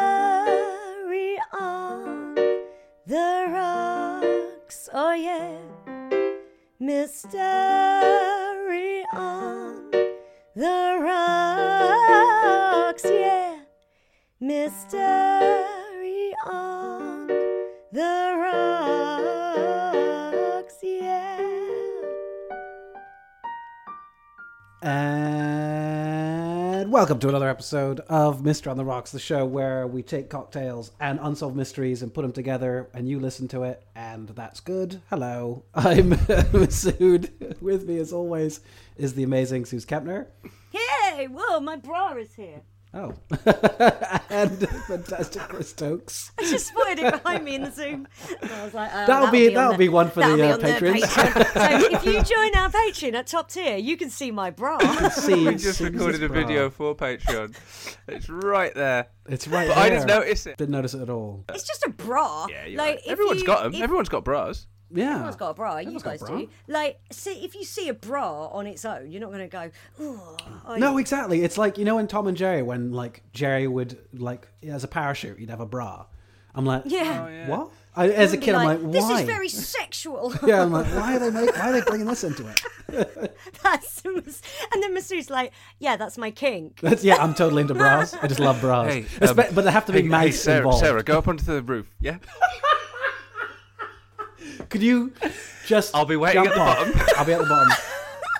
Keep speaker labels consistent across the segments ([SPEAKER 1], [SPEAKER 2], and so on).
[SPEAKER 1] Mystery on the rocks, oh yeah. Mystery on the rocks, yeah. Mystery on the rocks, yeah.
[SPEAKER 2] And welcome to another episode of Mister on the Rocks, the show where we take cocktails and unsolved mysteries and put them together, and you listen to it, and that's good. Hello, I'm Masood. With me, as always, is the amazing Suze Kempner.
[SPEAKER 1] Hey, whoa, my bra is here.
[SPEAKER 2] Oh, and fantastic Chris Stokes.
[SPEAKER 1] I just spotted it behind me in the Zoom. And I was like, oh,
[SPEAKER 2] That'll be-
[SPEAKER 1] on
[SPEAKER 2] that'll
[SPEAKER 1] the-
[SPEAKER 2] be one for
[SPEAKER 1] that'll
[SPEAKER 2] the,
[SPEAKER 1] be
[SPEAKER 2] uh,
[SPEAKER 1] on their
[SPEAKER 2] patrons.
[SPEAKER 1] Patreon. so if you join our Patreon at top tier, you can see my bra.
[SPEAKER 2] See,
[SPEAKER 3] We just recorded a video for Patreon. It's right there.
[SPEAKER 2] It's right
[SPEAKER 3] But I didn't
[SPEAKER 2] there.
[SPEAKER 3] notice it.
[SPEAKER 2] Didn't notice it at all.
[SPEAKER 1] It's just a bra.
[SPEAKER 3] Yeah, you're
[SPEAKER 1] like
[SPEAKER 3] right. Everyone's
[SPEAKER 1] you,
[SPEAKER 3] got them.
[SPEAKER 1] if-
[SPEAKER 3] Everyone's got bras.
[SPEAKER 2] Yeah,
[SPEAKER 1] Everyone's got a bra.
[SPEAKER 2] Everyone's
[SPEAKER 1] you
[SPEAKER 2] got a
[SPEAKER 1] guys
[SPEAKER 2] bra.
[SPEAKER 1] do. Like, see, if you see a bra on its own, you're not going to go, "Ooh." are
[SPEAKER 2] No,
[SPEAKER 1] you?"
[SPEAKER 2] exactly. It's like you know in Tom and Jerry when like Jerry would like as a parachute, you'd have a bra. I'm like,
[SPEAKER 1] Yeah. Oh,
[SPEAKER 2] what? I, as a
[SPEAKER 1] Be
[SPEAKER 2] kid, I'm like,
[SPEAKER 1] this
[SPEAKER 2] why?
[SPEAKER 1] is very sexual.
[SPEAKER 2] yeah, I'm like, why are they make, why are they bringing this into it?
[SPEAKER 1] That's- and then Masu's like, yeah, that's my kink.
[SPEAKER 2] That's, yeah, I'm totally into bras. I just love bras,
[SPEAKER 3] Hey,
[SPEAKER 2] Espe-
[SPEAKER 3] um,
[SPEAKER 2] but they have to be
[SPEAKER 3] hey,
[SPEAKER 2] nice
[SPEAKER 3] hey, Sarah,
[SPEAKER 2] involved.
[SPEAKER 3] Sarah, go up onto the roof. Yeah.
[SPEAKER 2] Could you just?
[SPEAKER 3] I'll be waiting
[SPEAKER 2] jump
[SPEAKER 3] at the
[SPEAKER 2] off?
[SPEAKER 3] bottom.
[SPEAKER 2] I'll be at the bottom.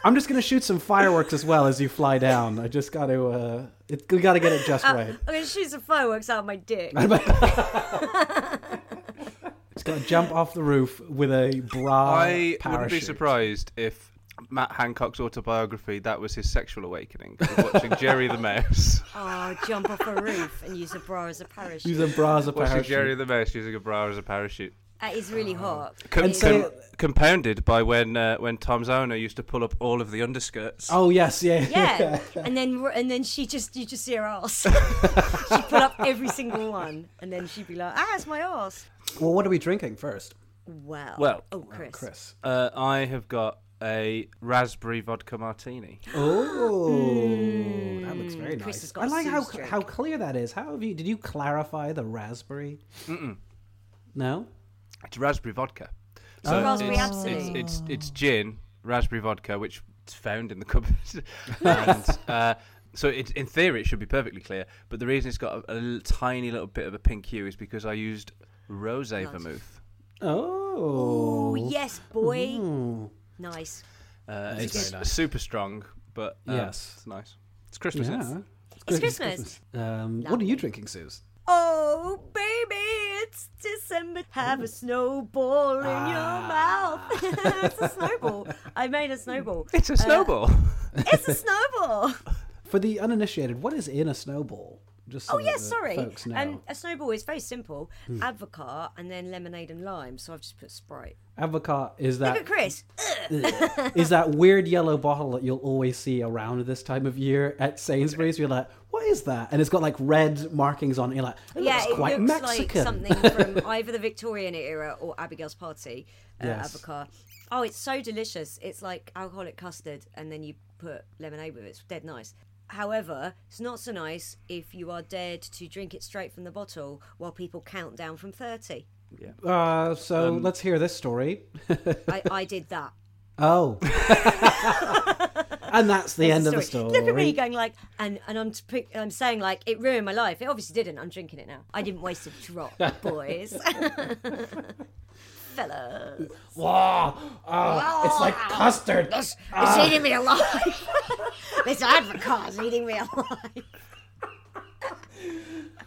[SPEAKER 2] I'm just gonna shoot some fireworks as well as you fly down. I just got to. Uh, it, we got to get it just right.
[SPEAKER 1] I'm going to shoot some fireworks out of my dick.
[SPEAKER 2] It's got to jump off the roof with a bra
[SPEAKER 3] I wouldn't be
[SPEAKER 2] parachute.
[SPEAKER 3] surprised if Matt Hancock's autobiography that was his sexual awakening. Watching Jerry the Mouse.
[SPEAKER 1] Oh, jump off a roof and use a bra as a parachute.
[SPEAKER 2] Use a bra as a
[SPEAKER 3] Watching
[SPEAKER 2] parachute.
[SPEAKER 3] Jerry the Mouse using a bra as a parachute.
[SPEAKER 1] That is really hot.
[SPEAKER 3] Com-
[SPEAKER 2] And so-
[SPEAKER 3] com- compounded by when uh, when Tom Zauner used to pull up all of the underskirts.
[SPEAKER 2] Oh yes, yeah.
[SPEAKER 1] yeah, and then and then she just you just see her ass. she would put up every single one, and then she'd be like, "Ah, it's my ass."
[SPEAKER 2] Well, what are we drinking first?
[SPEAKER 1] Wow.
[SPEAKER 3] Well,
[SPEAKER 1] oh Chris,
[SPEAKER 2] Chris.
[SPEAKER 3] Uh, I have got a raspberry vodka martini.
[SPEAKER 2] Oh, that looks very nice.
[SPEAKER 1] Mm. Chris has got
[SPEAKER 2] I
[SPEAKER 1] a
[SPEAKER 2] like how
[SPEAKER 1] Suze drink.
[SPEAKER 2] how clear that is. How have you? Did you clarify the raspberry? Mm-mm. No.
[SPEAKER 3] It's raspberry vodka.
[SPEAKER 1] It's a raspberry
[SPEAKER 3] it's,
[SPEAKER 1] absolute.
[SPEAKER 3] It's, it's it's gin, raspberry vodka, which is found in the cupboard. and, uh, so it, in theory, it should be perfectly clear. But the reason it's got a, a little, tiny little bit of a pink hue is because I used rose vermouth.
[SPEAKER 2] Oh. Mm-hmm. Mm.
[SPEAKER 1] oh yes, boy, nice.
[SPEAKER 3] Uh,
[SPEAKER 2] That's
[SPEAKER 3] it's
[SPEAKER 2] very nice.
[SPEAKER 3] super strong, but uh,
[SPEAKER 2] Yes.
[SPEAKER 3] it's nice. It's Christmas. isn't it?
[SPEAKER 2] Yeah.
[SPEAKER 1] It's
[SPEAKER 2] Good,
[SPEAKER 1] Christmas.
[SPEAKER 2] Um, what are you drinking, Suze?
[SPEAKER 1] Oh baby, it's December. Have a snowball in your mouth. it's a snowball. I made a snowball.
[SPEAKER 3] It's a snowball.
[SPEAKER 1] It's a snowball.
[SPEAKER 2] For the uninitiated, what is in a snowball? Just so
[SPEAKER 1] Oh yeah,
[SPEAKER 2] that the
[SPEAKER 1] sorry.
[SPEAKER 2] folks know.
[SPEAKER 1] Um, a snowball is very simple: avocado and then lemonade and lime. So I've just put Sprite.
[SPEAKER 2] Avocado is that
[SPEAKER 1] Look at Chris.
[SPEAKER 2] is that weird yellow bottle that you'll always see around this time of year at Sainsbury's. You're like, what is that? And it's got like red markings on it. You're like, it
[SPEAKER 1] yeah,
[SPEAKER 2] looks
[SPEAKER 1] it
[SPEAKER 2] quite
[SPEAKER 1] looks
[SPEAKER 2] Mexican.
[SPEAKER 1] like something from either the Victorian era or Abigail's Party. Uh,
[SPEAKER 2] Yes.
[SPEAKER 1] Avocado. Oh, it's so delicious. It's like alcoholic custard, and then you put lemonade with it. It's dead nice. However, it's not so nice if you are dared to drink it straight from the bottle while people count down from thirty.
[SPEAKER 2] uh, so
[SPEAKER 3] Um,
[SPEAKER 2] let's hear this story.
[SPEAKER 1] I, I did that.
[SPEAKER 2] Oh. and that's the end of the story.
[SPEAKER 1] Look at me going like, and and I'm t- I'm saying like it ruined my life. It obviously didn't. I'm drinking it now. I didn't waste a drop, boys. Fellas,
[SPEAKER 2] Wow. Ah, it's like custard.
[SPEAKER 1] it's eating me alive. this advocate's eating me alive.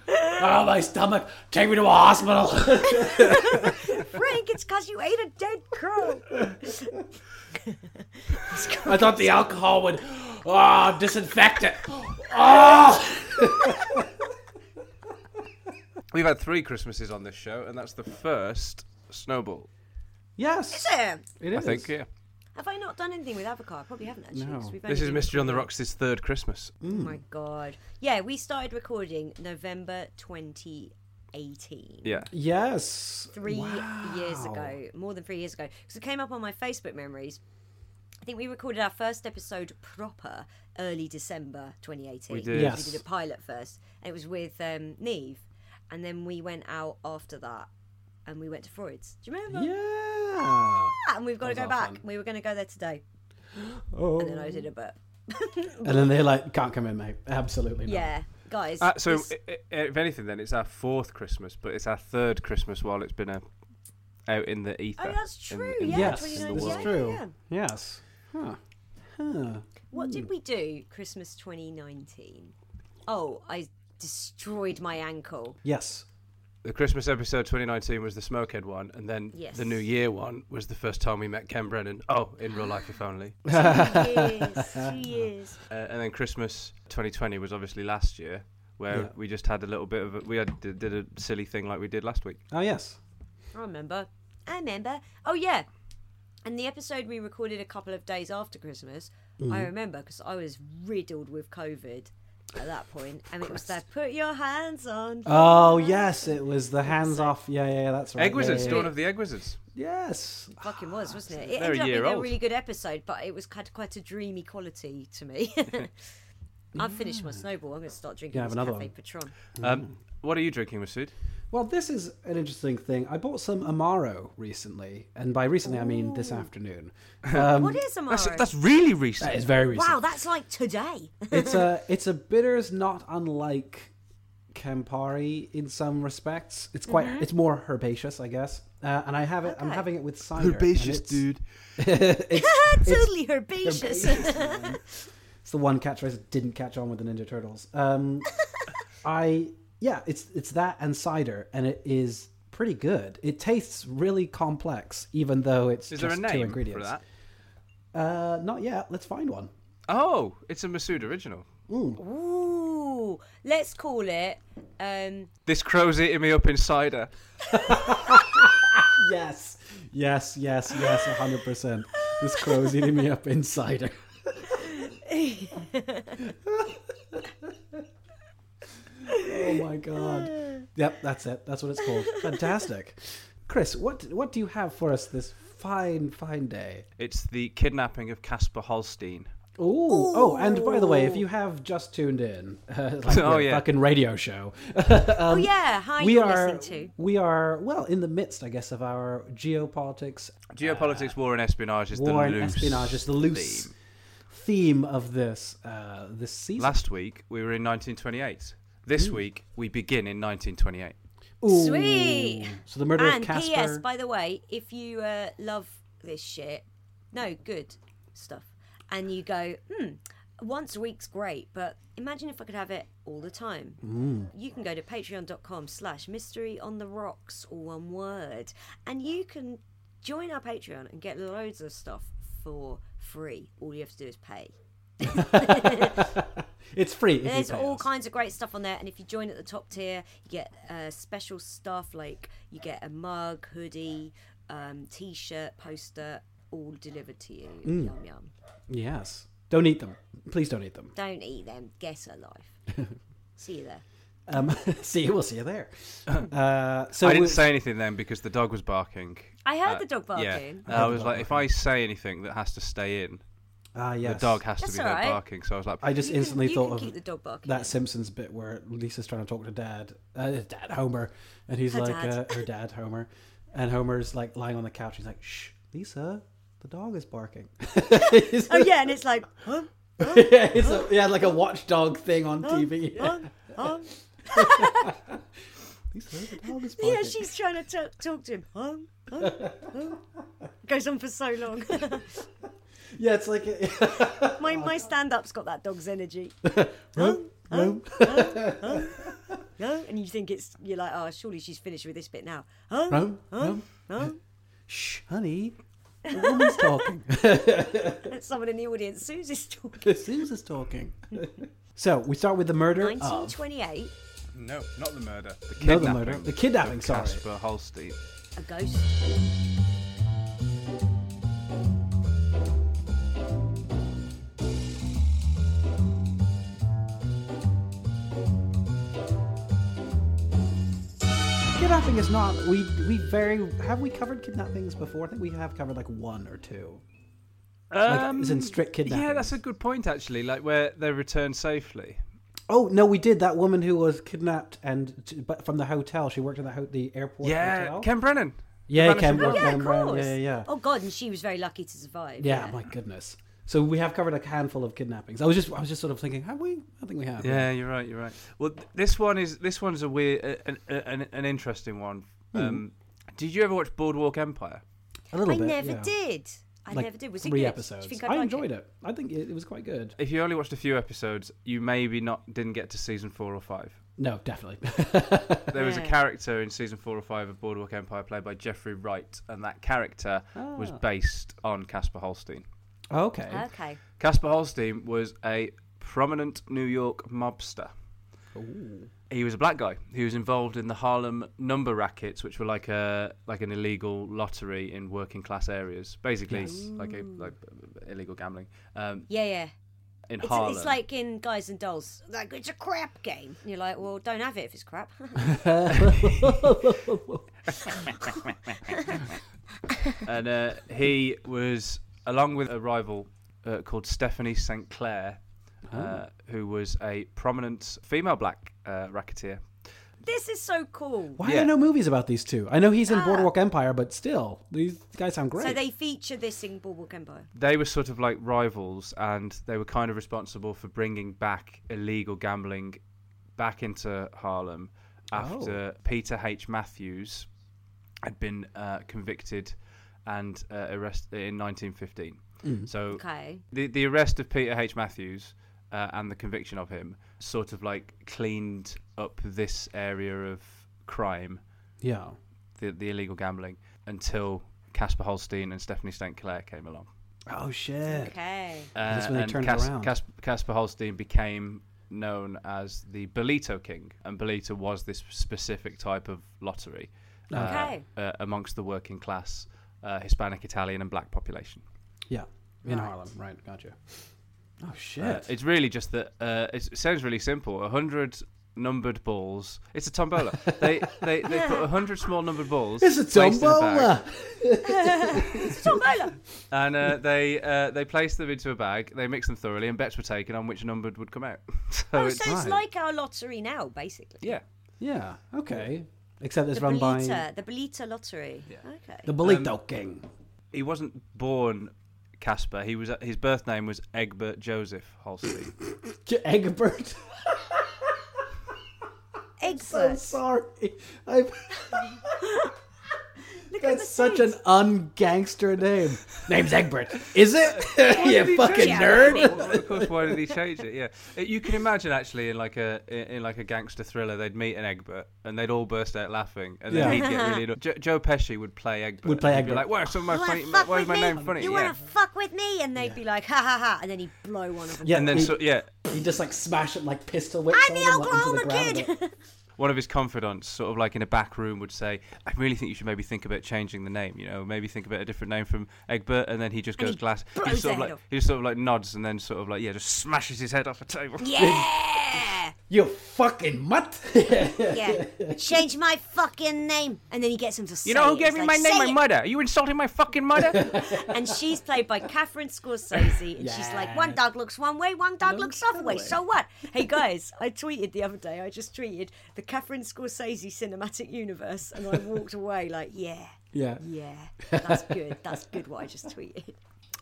[SPEAKER 2] Oh, my stomach! Take me to a hospital.
[SPEAKER 1] Frank, it's because you ate a dead crow.
[SPEAKER 2] I thought the alcohol would oh, disinfect it. Oh,
[SPEAKER 3] We've had three Christmases on this show, and that's the first snowball.
[SPEAKER 2] yes,
[SPEAKER 1] Damn.
[SPEAKER 2] it is.
[SPEAKER 3] I think, yeah.
[SPEAKER 1] Have I not done anything with avocado? I probably haven't actually. 'cause we've
[SPEAKER 3] This
[SPEAKER 1] only
[SPEAKER 3] is
[SPEAKER 1] been-
[SPEAKER 3] Mystery on the Rocks' third Christmas.
[SPEAKER 1] Oh my god. Yeah, we started recording November 2018.
[SPEAKER 3] Yeah.
[SPEAKER 2] Yes.
[SPEAKER 1] Three years ago, more than three years ago, because it came up on my Facebook memories. I think we recorded our first episode proper early December 2018.
[SPEAKER 3] We did.
[SPEAKER 2] Yes.
[SPEAKER 1] We did a pilot first, and it was with um, Neve, and then we went out after that, and we went to Freud's. Do you remember?
[SPEAKER 2] Yeah.
[SPEAKER 1] Ah, And we've got to go back. We were going to go there today, and then I did a
[SPEAKER 3] Oh.
[SPEAKER 1] bit.
[SPEAKER 2] And then they're like, "Can't come in, mate. Absolutely not."
[SPEAKER 1] Yeah, guys.
[SPEAKER 3] Uh, so,
[SPEAKER 1] this-
[SPEAKER 3] i- i- if anything, then it's our fourth Christmas, but it's our third Christmas while it's been a, out in the ether.
[SPEAKER 1] Oh, that's
[SPEAKER 3] in-
[SPEAKER 1] true.
[SPEAKER 3] in-
[SPEAKER 1] yeah,
[SPEAKER 2] Yes,
[SPEAKER 3] in the
[SPEAKER 1] 2019,
[SPEAKER 2] this is
[SPEAKER 3] world.
[SPEAKER 1] yeah,
[SPEAKER 2] true.
[SPEAKER 1] yeah.
[SPEAKER 2] Yes. Huh. Huh.
[SPEAKER 1] What did
[SPEAKER 3] Hmm.
[SPEAKER 1] we do Christmas 2019? Oh, I destroyed my ankle.
[SPEAKER 2] Yes.
[SPEAKER 3] The Christmas episode 2019 was the Smokehead one, and then
[SPEAKER 1] Yes.
[SPEAKER 3] the New Year one was the first time we met Ken Brennan. Oh, in real life, if only. Uh,
[SPEAKER 1] Yes, two years.
[SPEAKER 3] and then Christmas 2020 was obviously last year, where we just had a little bit of a, we had, did did a silly thing like we did last week.
[SPEAKER 2] Oh yes.
[SPEAKER 1] I remember. I remember. Oh, yeah. And the episode we recorded a couple of days after Christmas, I remember because I was riddled with COVID at that point, and it was that put your hands on.
[SPEAKER 2] Oh yes. It was the hands off. Yeah, yeah, yeah. That's right.
[SPEAKER 3] Egg
[SPEAKER 2] Yeah,
[SPEAKER 3] Wizards,
[SPEAKER 2] yeah,
[SPEAKER 3] Dawn
[SPEAKER 2] yeah.
[SPEAKER 3] of the Egg Wizards.
[SPEAKER 2] Yes.
[SPEAKER 1] Fucking was, wasn't it? It
[SPEAKER 3] They're a
[SPEAKER 1] ended up
[SPEAKER 3] year
[SPEAKER 1] being a
[SPEAKER 3] old.
[SPEAKER 1] really good episode, but it was had quite a dreamy quality to me. I've finished my snowball. I'm going to start drinking
[SPEAKER 2] Yeah, have
[SPEAKER 1] this
[SPEAKER 2] another
[SPEAKER 1] Cafe
[SPEAKER 2] one.
[SPEAKER 1] Patron.
[SPEAKER 2] Mm.
[SPEAKER 3] Um, what are you drinking, Masood?
[SPEAKER 2] Well, this is an interesting thing. I bought some Amaro recently, and by recently I mean this afternoon. Um,
[SPEAKER 1] what is Amaro?
[SPEAKER 3] That's, that's really recent.
[SPEAKER 2] That is very recent.
[SPEAKER 1] wow, that's like today.
[SPEAKER 2] it's a it's a bitters not unlike Campari in some respects. It's quite it's more herbaceous, I guess. Uh, and I have it.
[SPEAKER 1] Mm-hmm.
[SPEAKER 2] I'm
[SPEAKER 1] Okay.
[SPEAKER 2] having it with cider. and it's-
[SPEAKER 1] totally herbaceous.
[SPEAKER 2] It's the one catchphrase that didn't catch on with the Ninja Turtles. Um, I yeah, it's it's that and cider, and it is pretty good. It tastes really complex, even though it's
[SPEAKER 3] Is there a
[SPEAKER 2] just two
[SPEAKER 3] name for
[SPEAKER 2] ingredients.
[SPEAKER 3] that?
[SPEAKER 2] Uh, not yet. Let's find one.
[SPEAKER 3] Oh, it's a Masood original.
[SPEAKER 1] Ooh, let's call it. Um,
[SPEAKER 3] This crow's eating me up insider.
[SPEAKER 2] Yes, yes, yes, yes, hundred percent. This crow's eating me up insider. oh my god. Yep, that's it. That's what it's called. Fantastic. Chris, what what do you have for us this fine, fine day?
[SPEAKER 3] It's the kidnapping of Casper Holstein.
[SPEAKER 2] Ooh. Oh, and by the way, if you have just tuned in, uh, like
[SPEAKER 3] Oh,
[SPEAKER 2] oh,
[SPEAKER 3] yeah.
[SPEAKER 2] fucking radio show,
[SPEAKER 1] oh yeah, hi.
[SPEAKER 2] Um, we
[SPEAKER 1] you're
[SPEAKER 2] are
[SPEAKER 1] listening to.
[SPEAKER 2] we are well in the midst, I guess, of our geopolitics
[SPEAKER 3] Geopolitics, war, and espionage is
[SPEAKER 2] Uh, war
[SPEAKER 3] the
[SPEAKER 2] and
[SPEAKER 3] loose
[SPEAKER 2] espionage is the loose
[SPEAKER 3] theme.
[SPEAKER 2] theme, of this uh, this season.
[SPEAKER 3] Last week we were in 1928. This
[SPEAKER 2] Hmm.
[SPEAKER 3] week we begin in 1928.
[SPEAKER 2] Ooh.
[SPEAKER 1] Sweet.
[SPEAKER 2] So the murder
[SPEAKER 1] And
[SPEAKER 2] of Casper.
[SPEAKER 1] P.S. By the way, if you uh, love this shit, no good stuff, and you go, hmm, once a week's great, but imagine if I could have it all the time. You can go to Patreon.com/slash Mystery on the Rocks, all one word, and you can join our Patreon and get loads of stuff for free. All you have to do is pay.
[SPEAKER 2] it's free. If
[SPEAKER 1] There's
[SPEAKER 2] you pay
[SPEAKER 1] all
[SPEAKER 2] us.
[SPEAKER 1] kinds of great stuff on there, and if you join at the top tier, you get uh, special stuff like you get a mug, hoodie, um, t-shirt, poster, all delivered to you.
[SPEAKER 2] Mm.
[SPEAKER 1] Yum yum.
[SPEAKER 2] Yes. Don't eat them. Please don't eat them.
[SPEAKER 1] Don't eat them. Get a life. See you there.
[SPEAKER 2] Um, see, we'll see you there. Uh, so
[SPEAKER 3] I didn't
[SPEAKER 2] we-
[SPEAKER 3] say anything then because the dog was barking.
[SPEAKER 1] I heard
[SPEAKER 3] Uh,
[SPEAKER 1] the dog
[SPEAKER 3] Yeah,
[SPEAKER 1] barking.
[SPEAKER 3] And I was like, if I say anything that has to stay in,
[SPEAKER 2] Ah, yes.
[SPEAKER 3] the dog has
[SPEAKER 1] That's
[SPEAKER 3] to be heard
[SPEAKER 1] alright.
[SPEAKER 3] barking. So I was like,
[SPEAKER 2] I just
[SPEAKER 1] You can-
[SPEAKER 2] instantly
[SPEAKER 1] you
[SPEAKER 2] thought
[SPEAKER 1] can
[SPEAKER 2] of
[SPEAKER 1] keep the dog barking.
[SPEAKER 2] that Simpsons bit where Lisa's trying to talk to Dad, uh, Dad Homer, and he's like
[SPEAKER 1] dad.
[SPEAKER 2] Uh, her dad Homer, and Homer's like lying on the couch. He's like, "Shh, Lisa, the dog is barking."
[SPEAKER 1] Oh yeah, and it's like, huh?
[SPEAKER 2] yeah, it's a, yeah, like a watchdog thing on TV.
[SPEAKER 1] Huh?
[SPEAKER 2] Oh, Lisa, the dog is barking.
[SPEAKER 1] Yeah, she's trying to talk, talk to him. Huh? Huh? Huh? Goes on for so long.
[SPEAKER 2] Yeah, it's like a, Oh,
[SPEAKER 1] my my stand-up's got that dog's energy. no, and you think it's you're like, oh, surely she's finished with this bit now. Huh?
[SPEAKER 2] No,
[SPEAKER 1] huh?
[SPEAKER 2] no.
[SPEAKER 1] Huh?
[SPEAKER 2] Shh, honey. The woman's talking.
[SPEAKER 1] Someone in the audience, Susie's talking.
[SPEAKER 2] Susie's talking. so we start with the murder of
[SPEAKER 1] 1928,
[SPEAKER 3] No, not the murder. The
[SPEAKER 2] No,
[SPEAKER 3] kidnapping.
[SPEAKER 2] the murder. The kidnapping,
[SPEAKER 3] of
[SPEAKER 2] sorry.
[SPEAKER 3] Casper Holstein.
[SPEAKER 1] a ghost.
[SPEAKER 2] kidnapping. Is not we we very have we covered kidnappings before? I think we have covered like one or two. Like, as in strict kidnapping.
[SPEAKER 3] Um, Yeah, that's a good point actually. Like where they return safely.
[SPEAKER 2] Oh no, we did that woman who was kidnapped and t- but from the hotel. She worked at the ho- the airport.
[SPEAKER 3] yeah,
[SPEAKER 2] hotel.
[SPEAKER 3] Ken Brennan.
[SPEAKER 2] yeah,
[SPEAKER 3] Vanishing
[SPEAKER 2] Ken
[SPEAKER 3] Brown.
[SPEAKER 2] Brown.
[SPEAKER 1] Yeah,
[SPEAKER 2] Ken
[SPEAKER 1] of
[SPEAKER 2] Brown,
[SPEAKER 1] course.
[SPEAKER 2] Yeah, yeah.
[SPEAKER 1] Oh God, and she was very lucky to survive.
[SPEAKER 2] Yeah, my goodness. So we have covered a handful of kidnappings. I was just, I was just sort of thinking, have we? I think we have.
[SPEAKER 3] Yeah, you're right. You're right. Well, th- this one is this one's a weird, a- an, a- an, an interesting one. Um, did you ever watch Boardwalk Empire?
[SPEAKER 2] a little
[SPEAKER 1] I
[SPEAKER 2] bit.
[SPEAKER 1] never
[SPEAKER 2] yeah.
[SPEAKER 1] did. I
[SPEAKER 2] Like
[SPEAKER 1] never did. Was it
[SPEAKER 2] three
[SPEAKER 1] good?
[SPEAKER 2] episodes.
[SPEAKER 1] Do you think
[SPEAKER 2] I
[SPEAKER 1] I'd like
[SPEAKER 2] enjoyed it? I think it, it was quite good.
[SPEAKER 3] If you only watched a few episodes, you maybe not didn't get to season four or five.
[SPEAKER 2] No, definitely.
[SPEAKER 3] There was a
[SPEAKER 1] Yeah.
[SPEAKER 3] character in season four or five of Boardwalk Empire played by Jeffrey Wright, and that character was based on Casper Holstein.
[SPEAKER 2] okay.
[SPEAKER 1] Okay.
[SPEAKER 3] Casper Holstein was a prominent New York mobster. He was a black guy. He was involved in the Harlem number rackets, which were like a like an illegal lottery in working class areas, basically like a like uh, illegal gambling um,
[SPEAKER 1] Yeah, yeah.
[SPEAKER 3] in
[SPEAKER 1] It's,
[SPEAKER 3] Harlem.
[SPEAKER 1] it's like in Guys and Dolls. Like it's a crap game. And you're like, well, don't have it if it's crap.
[SPEAKER 3] and uh, he was along with a rival uh, called Stephanie St Clair, uh, who was a prominent female black uh, racketeer.
[SPEAKER 1] this is so cool.
[SPEAKER 2] Why are
[SPEAKER 3] Yeah.
[SPEAKER 2] there no movies about these two? I know he's in Boardwalk Empire, but still, these guys sound Oh, great.
[SPEAKER 1] Uh, So they feature this in Boardwalk Empire.
[SPEAKER 3] they were sort of like rivals and they were kind of responsible for bringing back illegal gambling back into Harlem after Peter H. Matthews had been uh, convicted and uh, arrested in 1915. So
[SPEAKER 1] Okay.
[SPEAKER 3] the, the arrest of Peter H. Matthews uh, and the conviction of him sort of like cleaned up this area of crime
[SPEAKER 2] yeah.
[SPEAKER 3] the, the illegal gambling until Casper Holstein and Stephanie St. Clair came along.
[SPEAKER 2] Oh shit.
[SPEAKER 1] Okay.
[SPEAKER 3] Uh,
[SPEAKER 2] That's when they
[SPEAKER 3] and
[SPEAKER 2] turned it around.
[SPEAKER 3] Cas- Casper Holstein became known as the Bolito King, and Bolito was this specific type of lottery uh,
[SPEAKER 1] Okay.
[SPEAKER 3] uh, amongst the working class uh, Hispanic, Italian, and black population.
[SPEAKER 2] Yeah. In Harlem, right? Gotcha. Oh shit.
[SPEAKER 3] Uh, it's really just that uh, it's, it sounds really simple. A hundred numbered balls. It's a tombola. they they, they put a hundred small numbered balls.
[SPEAKER 2] it's a
[SPEAKER 3] placed in a bag.
[SPEAKER 2] tombola.
[SPEAKER 1] Tom Bowler.
[SPEAKER 3] and uh, they uh, they placed them into a bag. They mixed them thoroughly, and bets were taken on which numbered would come out. so
[SPEAKER 1] Oh,
[SPEAKER 3] it's
[SPEAKER 1] so it's
[SPEAKER 2] right.
[SPEAKER 1] like our lottery now, basically.
[SPEAKER 3] yeah.
[SPEAKER 2] Yeah. Okay. Except it's
[SPEAKER 1] The
[SPEAKER 2] run by
[SPEAKER 1] Belita, the Belita lottery. Okay.
[SPEAKER 2] the Bolito King.
[SPEAKER 3] he wasn't born Casper. He was his birth name was Egbert Joseph Holstein.
[SPEAKER 2] J- Egbert. I'm
[SPEAKER 1] Exit.
[SPEAKER 2] sorry. i
[SPEAKER 1] Look at
[SPEAKER 2] that's
[SPEAKER 1] the
[SPEAKER 2] such
[SPEAKER 1] face.
[SPEAKER 2] an un-gangster name. Name's Egbert. Is it? you fucking
[SPEAKER 1] Yeah,
[SPEAKER 2] nerd.
[SPEAKER 1] right.
[SPEAKER 3] of course, why did he change it? Yeah, Uh, you can imagine actually in like a in in like a gangster thriller, they'd meet an Egbert and they'd all burst out laughing, and then
[SPEAKER 2] Yeah.
[SPEAKER 3] he'd get really. annoyed. Jo- Joe Pesci would play Egbert.
[SPEAKER 2] Would play
[SPEAKER 3] and he'd be
[SPEAKER 2] Egbert.
[SPEAKER 3] Like, why is my,
[SPEAKER 1] You wanna
[SPEAKER 3] funny,
[SPEAKER 1] Oh, fuck
[SPEAKER 3] why is
[SPEAKER 1] with
[SPEAKER 3] my
[SPEAKER 1] me?
[SPEAKER 3] name funny?
[SPEAKER 1] You
[SPEAKER 3] yeah.
[SPEAKER 1] want to fuck with me? And they'd be like, ha ha ha, and then he'd blow one of them.
[SPEAKER 2] Yeah,
[SPEAKER 3] and then
[SPEAKER 2] he,
[SPEAKER 3] so yeah,
[SPEAKER 2] he just like smash it like pistol whips.
[SPEAKER 1] I'm
[SPEAKER 2] all
[SPEAKER 1] the
[SPEAKER 2] of them, like,
[SPEAKER 1] Oklahoma
[SPEAKER 2] into the ground.
[SPEAKER 1] kid.
[SPEAKER 3] one of his confidants, sort of like in a back room, would say, "I really think you should maybe think about changing the name. You know, maybe think about a different name from Egbert." And then he just
[SPEAKER 1] And
[SPEAKER 3] goes
[SPEAKER 1] he
[SPEAKER 3] glass. He
[SPEAKER 1] blows
[SPEAKER 3] just sort
[SPEAKER 1] their
[SPEAKER 3] of
[SPEAKER 1] head
[SPEAKER 3] like
[SPEAKER 1] off.
[SPEAKER 3] he just sort of like nods and then sort of like yeah, just smashes his head off a table.
[SPEAKER 1] Yeah.
[SPEAKER 2] You fucking mutt.
[SPEAKER 1] Yeah. Change my fucking name. And then he gets him to say
[SPEAKER 3] You know who
[SPEAKER 1] it.
[SPEAKER 3] gave
[SPEAKER 1] It's
[SPEAKER 3] me
[SPEAKER 1] like,
[SPEAKER 3] my
[SPEAKER 1] "Say
[SPEAKER 3] name? My
[SPEAKER 1] it."
[SPEAKER 3] mother. Are you insulting my fucking mother?
[SPEAKER 1] And she's played by Catherine Scorsese. And she's like, one dog looks one way, one dog looks the other way. So what? Hey, guys, I tweeted the other day, I just tweeted the Catherine Scorsese cinematic universe. And I walked away like, yeah,
[SPEAKER 2] yeah.
[SPEAKER 1] yeah, that's good. That's good what I just tweeted.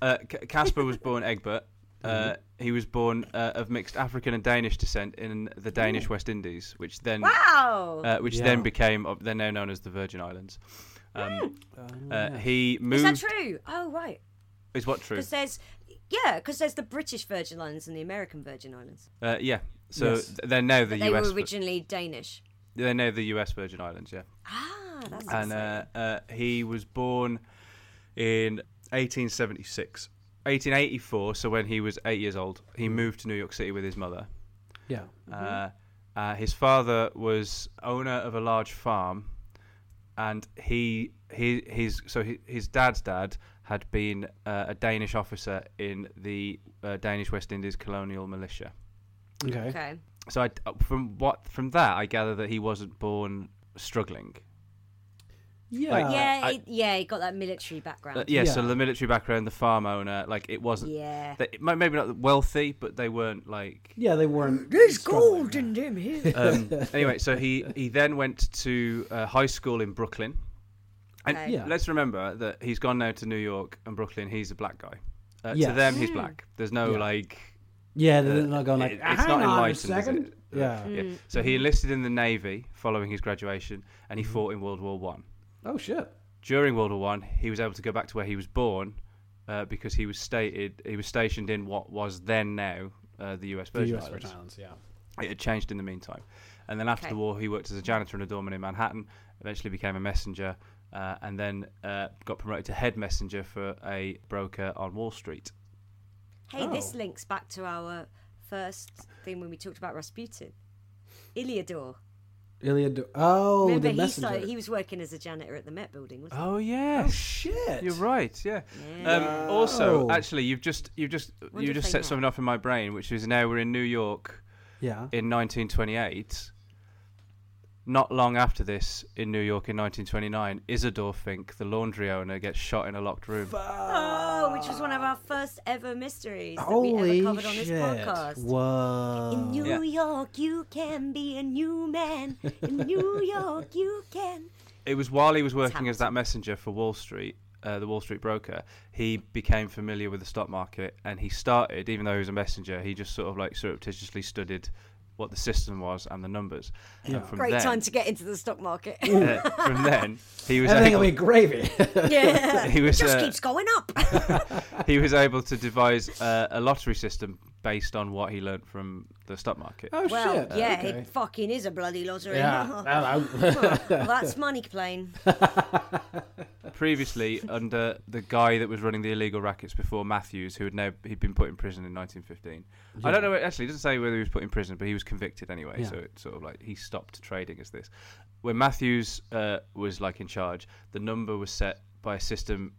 [SPEAKER 3] uh, C- Casper was born Egbert. Uh, he was born uh, of mixed African and Danish descent in the Danish West Indies, which then
[SPEAKER 1] Wow.
[SPEAKER 3] uh, which
[SPEAKER 2] Yeah.
[SPEAKER 3] then became of, they're now known as the Virgin Islands. Um, uh, he
[SPEAKER 1] Hmm. Is
[SPEAKER 3] moved.
[SPEAKER 1] that true? Oh, right.
[SPEAKER 3] Is what true?
[SPEAKER 1] Because there's, yeah, because there's the British Virgin Islands and the American Virgin Islands.
[SPEAKER 3] Uh, yeah. So
[SPEAKER 2] Yes.
[SPEAKER 3] th- they're now the
[SPEAKER 1] They
[SPEAKER 3] US.
[SPEAKER 1] were originally Danish.
[SPEAKER 3] They're near the U.S. Virgin Islands, yeah.
[SPEAKER 1] Ah, that's
[SPEAKER 3] and uh, uh, he was born in 1876. 1884, so when he was eight years old, he moved to New York City with his mother.
[SPEAKER 2] Yeah.
[SPEAKER 3] Uh, uh, his father was owner of a large farm, and he he his so his, his dad's dad had been uh, a Danish officer in the uh, Danish West Indies colonial militia. Eh?
[SPEAKER 2] Okay.
[SPEAKER 1] okay.
[SPEAKER 3] So I, uh, from what from that I gather that he wasn't born struggling.
[SPEAKER 2] Yeah.
[SPEAKER 3] Like-
[SPEAKER 1] yeah,
[SPEAKER 3] Uh, I-
[SPEAKER 1] it, yeah, he got that military background.
[SPEAKER 3] Uh, yeah, so
[SPEAKER 2] Yeah.
[SPEAKER 3] the military background, the farm owner, like it wasn't.
[SPEAKER 1] Yeah.
[SPEAKER 3] They, it might- maybe not wealthy, but they weren't like.
[SPEAKER 2] yeah, they weren't. struggling.
[SPEAKER 1] gold in them here.
[SPEAKER 3] Um, anyway, so he he then went to uh, high school in Brooklyn, and
[SPEAKER 1] Okay.
[SPEAKER 2] Yeah.
[SPEAKER 3] let's remember that he's gone now to New York and Brooklyn. He's a black guy. Uh, To
[SPEAKER 2] Yes.
[SPEAKER 3] them,
[SPEAKER 1] Hmm.
[SPEAKER 3] he's black. There's no like. uh,
[SPEAKER 2] Yeah, they're not going like.
[SPEAKER 3] it-
[SPEAKER 2] Hang
[SPEAKER 3] it's not
[SPEAKER 2] on a
[SPEAKER 3] enlightened. is
[SPEAKER 2] second.
[SPEAKER 3] it?
[SPEAKER 2] Yeah.
[SPEAKER 1] Hmm.
[SPEAKER 3] yeah. So he enlisted in the navy following his graduation, and
[SPEAKER 2] Hmm.
[SPEAKER 3] he fought in World War One.
[SPEAKER 2] Oh shit.
[SPEAKER 3] during World War One, he was able to go back to where he was born uh, because he was stated he was stationed in what was then now uh, the U.S.
[SPEAKER 2] The
[SPEAKER 3] Virgin
[SPEAKER 2] US
[SPEAKER 3] Islands.
[SPEAKER 2] Islands, Yeah.
[SPEAKER 3] It had changed in the meantime, and then after
[SPEAKER 1] Okay.
[SPEAKER 3] the war, he worked as a janitor and a doorman in Manhattan. Eventually, became a messenger, uh, and then uh, got promoted to head messenger for a broker on Wall Street.
[SPEAKER 1] Hey, this
[SPEAKER 2] Oh.
[SPEAKER 1] links back to our first thing when we talked about Rasputin. Iliador.
[SPEAKER 2] Iliad. Oh,
[SPEAKER 1] Remember,
[SPEAKER 2] the
[SPEAKER 1] he,
[SPEAKER 2] messenger.
[SPEAKER 1] started, he was working as a janitor at the Met building, wasn't
[SPEAKER 3] Oh yes.
[SPEAKER 2] Oh shit.
[SPEAKER 3] You're right. Yeah. Um, also,
[SPEAKER 2] Wow.
[SPEAKER 3] actually, you've just you've just
[SPEAKER 1] What
[SPEAKER 3] you
[SPEAKER 1] did
[SPEAKER 3] just
[SPEAKER 1] they
[SPEAKER 3] set
[SPEAKER 1] have?
[SPEAKER 3] something off in my brain, which is now we're in New York.
[SPEAKER 2] Yeah.
[SPEAKER 3] in 1928. Not long after this, in New York in 1929, Isidor Fink, the laundry owner, gets shot in a locked room.
[SPEAKER 1] he? Oh, which was one of our first ever mysteries that we
[SPEAKER 2] Holy
[SPEAKER 1] ever covered on this
[SPEAKER 2] shit.
[SPEAKER 1] podcast.
[SPEAKER 2] Whoa.
[SPEAKER 1] In New
[SPEAKER 3] Yeah.
[SPEAKER 1] York, you can be a new man. In New York, you can.
[SPEAKER 3] It was while he was working as that messenger for Wall Street, uh, the Wall Street broker, he became familiar with the stock market and he started, even though he was a messenger, he just sort of like surreptitiously studied what the system was and the numbers. And from
[SPEAKER 1] Great
[SPEAKER 3] then,
[SPEAKER 1] time to get into the stock market.
[SPEAKER 3] uh, from then, he was
[SPEAKER 2] Everything
[SPEAKER 3] able,
[SPEAKER 2] will be gravy.
[SPEAKER 1] yeah.
[SPEAKER 3] He was,
[SPEAKER 1] it just
[SPEAKER 3] uh,
[SPEAKER 1] keeps going up.
[SPEAKER 3] he was able to devise uh, a lottery system based on what he learned from the stock market.
[SPEAKER 2] oh
[SPEAKER 1] well,
[SPEAKER 2] shit.
[SPEAKER 1] yeah,
[SPEAKER 2] Okay.
[SPEAKER 1] it fucking is a bloody lottery.
[SPEAKER 2] Yeah.
[SPEAKER 1] Well, that's money plane.
[SPEAKER 3] previously under the guy that was running the illegal rackets before Matthews, who had now he'd been put in prison in 1915. I don't know actually. It doesn't say whether he was put in prison, but he was convicted anyway.
[SPEAKER 2] Yeah.
[SPEAKER 3] So it's sort of like he stopped trading as this. When Matthews uh, was like in charge, the number was set by a system.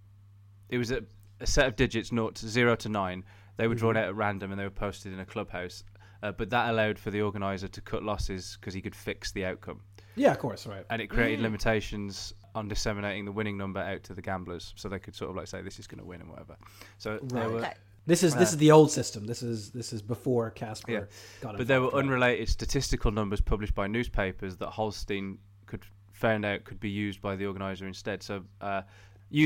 [SPEAKER 3] It was a, a set of digits, naught zero to nine. They were drawn out at random and they were posted in a clubhouse. Uh, but that allowed for the organizer to cut losses because he could fix the outcome
[SPEAKER 2] yeah, of course, right.
[SPEAKER 3] and it created
[SPEAKER 2] Mm.
[SPEAKER 3] limitations on disseminating the winning number out to the gamblers, so they could sort of like say this is going to win and whatever. So there were,
[SPEAKER 1] Okay.
[SPEAKER 2] This is this is the old system. This is this is before Casper
[SPEAKER 3] yeah,
[SPEAKER 2] got
[SPEAKER 3] but there were
[SPEAKER 2] involved, right?
[SPEAKER 3] unrelated statistical numbers published by newspapers that Holstein could found out could be used by the organizer instead. So. Uh,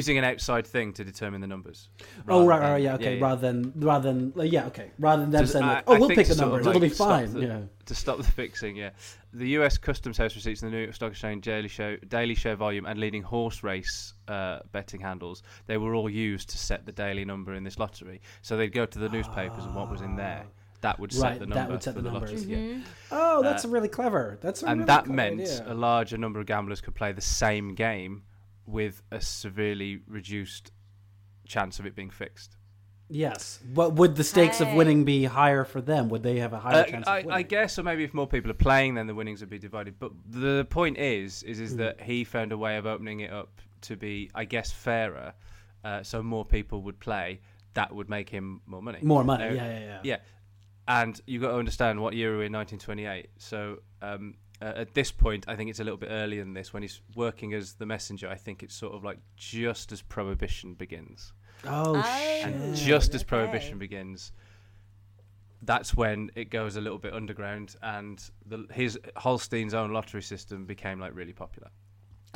[SPEAKER 3] Using an outside thing to determine the numbers.
[SPEAKER 2] Oh
[SPEAKER 3] rather
[SPEAKER 2] right,
[SPEAKER 3] than-
[SPEAKER 2] right, right, yeah, okay. rather than rather than like, yeah, okay. Rather than them
[SPEAKER 3] Just-
[SPEAKER 2] saying
[SPEAKER 3] I-
[SPEAKER 2] like, oh,
[SPEAKER 3] I
[SPEAKER 2] we'll
[SPEAKER 3] think
[SPEAKER 2] pick
[SPEAKER 3] to
[SPEAKER 2] the
[SPEAKER 3] sort of,
[SPEAKER 2] numbers,
[SPEAKER 3] like,
[SPEAKER 2] it'll be
[SPEAKER 3] stop
[SPEAKER 2] fine.
[SPEAKER 3] the-
[SPEAKER 2] yeah.
[SPEAKER 3] To stop the fixing, yeah. The U.S. Customs House receipts in the New York Stock Exchange Daily Show, Daily Show volume, and leading horse race uh, betting handles. They were all used to set the daily number in this lottery. So they'd go to the newspapers and what was in there. That would
[SPEAKER 2] Right,
[SPEAKER 3] set the
[SPEAKER 2] that
[SPEAKER 3] number
[SPEAKER 2] would set
[SPEAKER 3] for
[SPEAKER 2] the
[SPEAKER 3] the,
[SPEAKER 2] numbers.
[SPEAKER 3] lottery. yeah.
[SPEAKER 2] Oh, that's really clever. Oh, That's a really
[SPEAKER 3] And that
[SPEAKER 2] clever
[SPEAKER 3] meant
[SPEAKER 2] idea.
[SPEAKER 3] a larger number of gamblers could play the same game with a severely reduced chance of it being fixed.
[SPEAKER 2] yes. But would the stakes of winning be higher for them? Would they have a higher
[SPEAKER 3] Uh,
[SPEAKER 2] chance?
[SPEAKER 3] I,
[SPEAKER 2] of winning?
[SPEAKER 3] I guess, or maybe if more people are playing, then the winnings would be divided. But the point is, is,
[SPEAKER 2] Hmm.
[SPEAKER 3] is that he found a way of opening it up to be, I guess, fairer, uh, so more people would play. That would make him more money.
[SPEAKER 2] More money,
[SPEAKER 3] Now-
[SPEAKER 2] yeah, yeah, yeah.
[SPEAKER 3] yeah. And you got to understand what year we we're in, 1928. So um, uh, at this point, I think it's a little bit earlier than this. When he's working as the messenger, I think it's sort of like just as prohibition begins
[SPEAKER 2] Oh,
[SPEAKER 3] and
[SPEAKER 2] shit.
[SPEAKER 3] just as
[SPEAKER 1] okay.
[SPEAKER 3] prohibition begins that's when it goes a little bit underground and the, his holstein's own lottery system became like really popular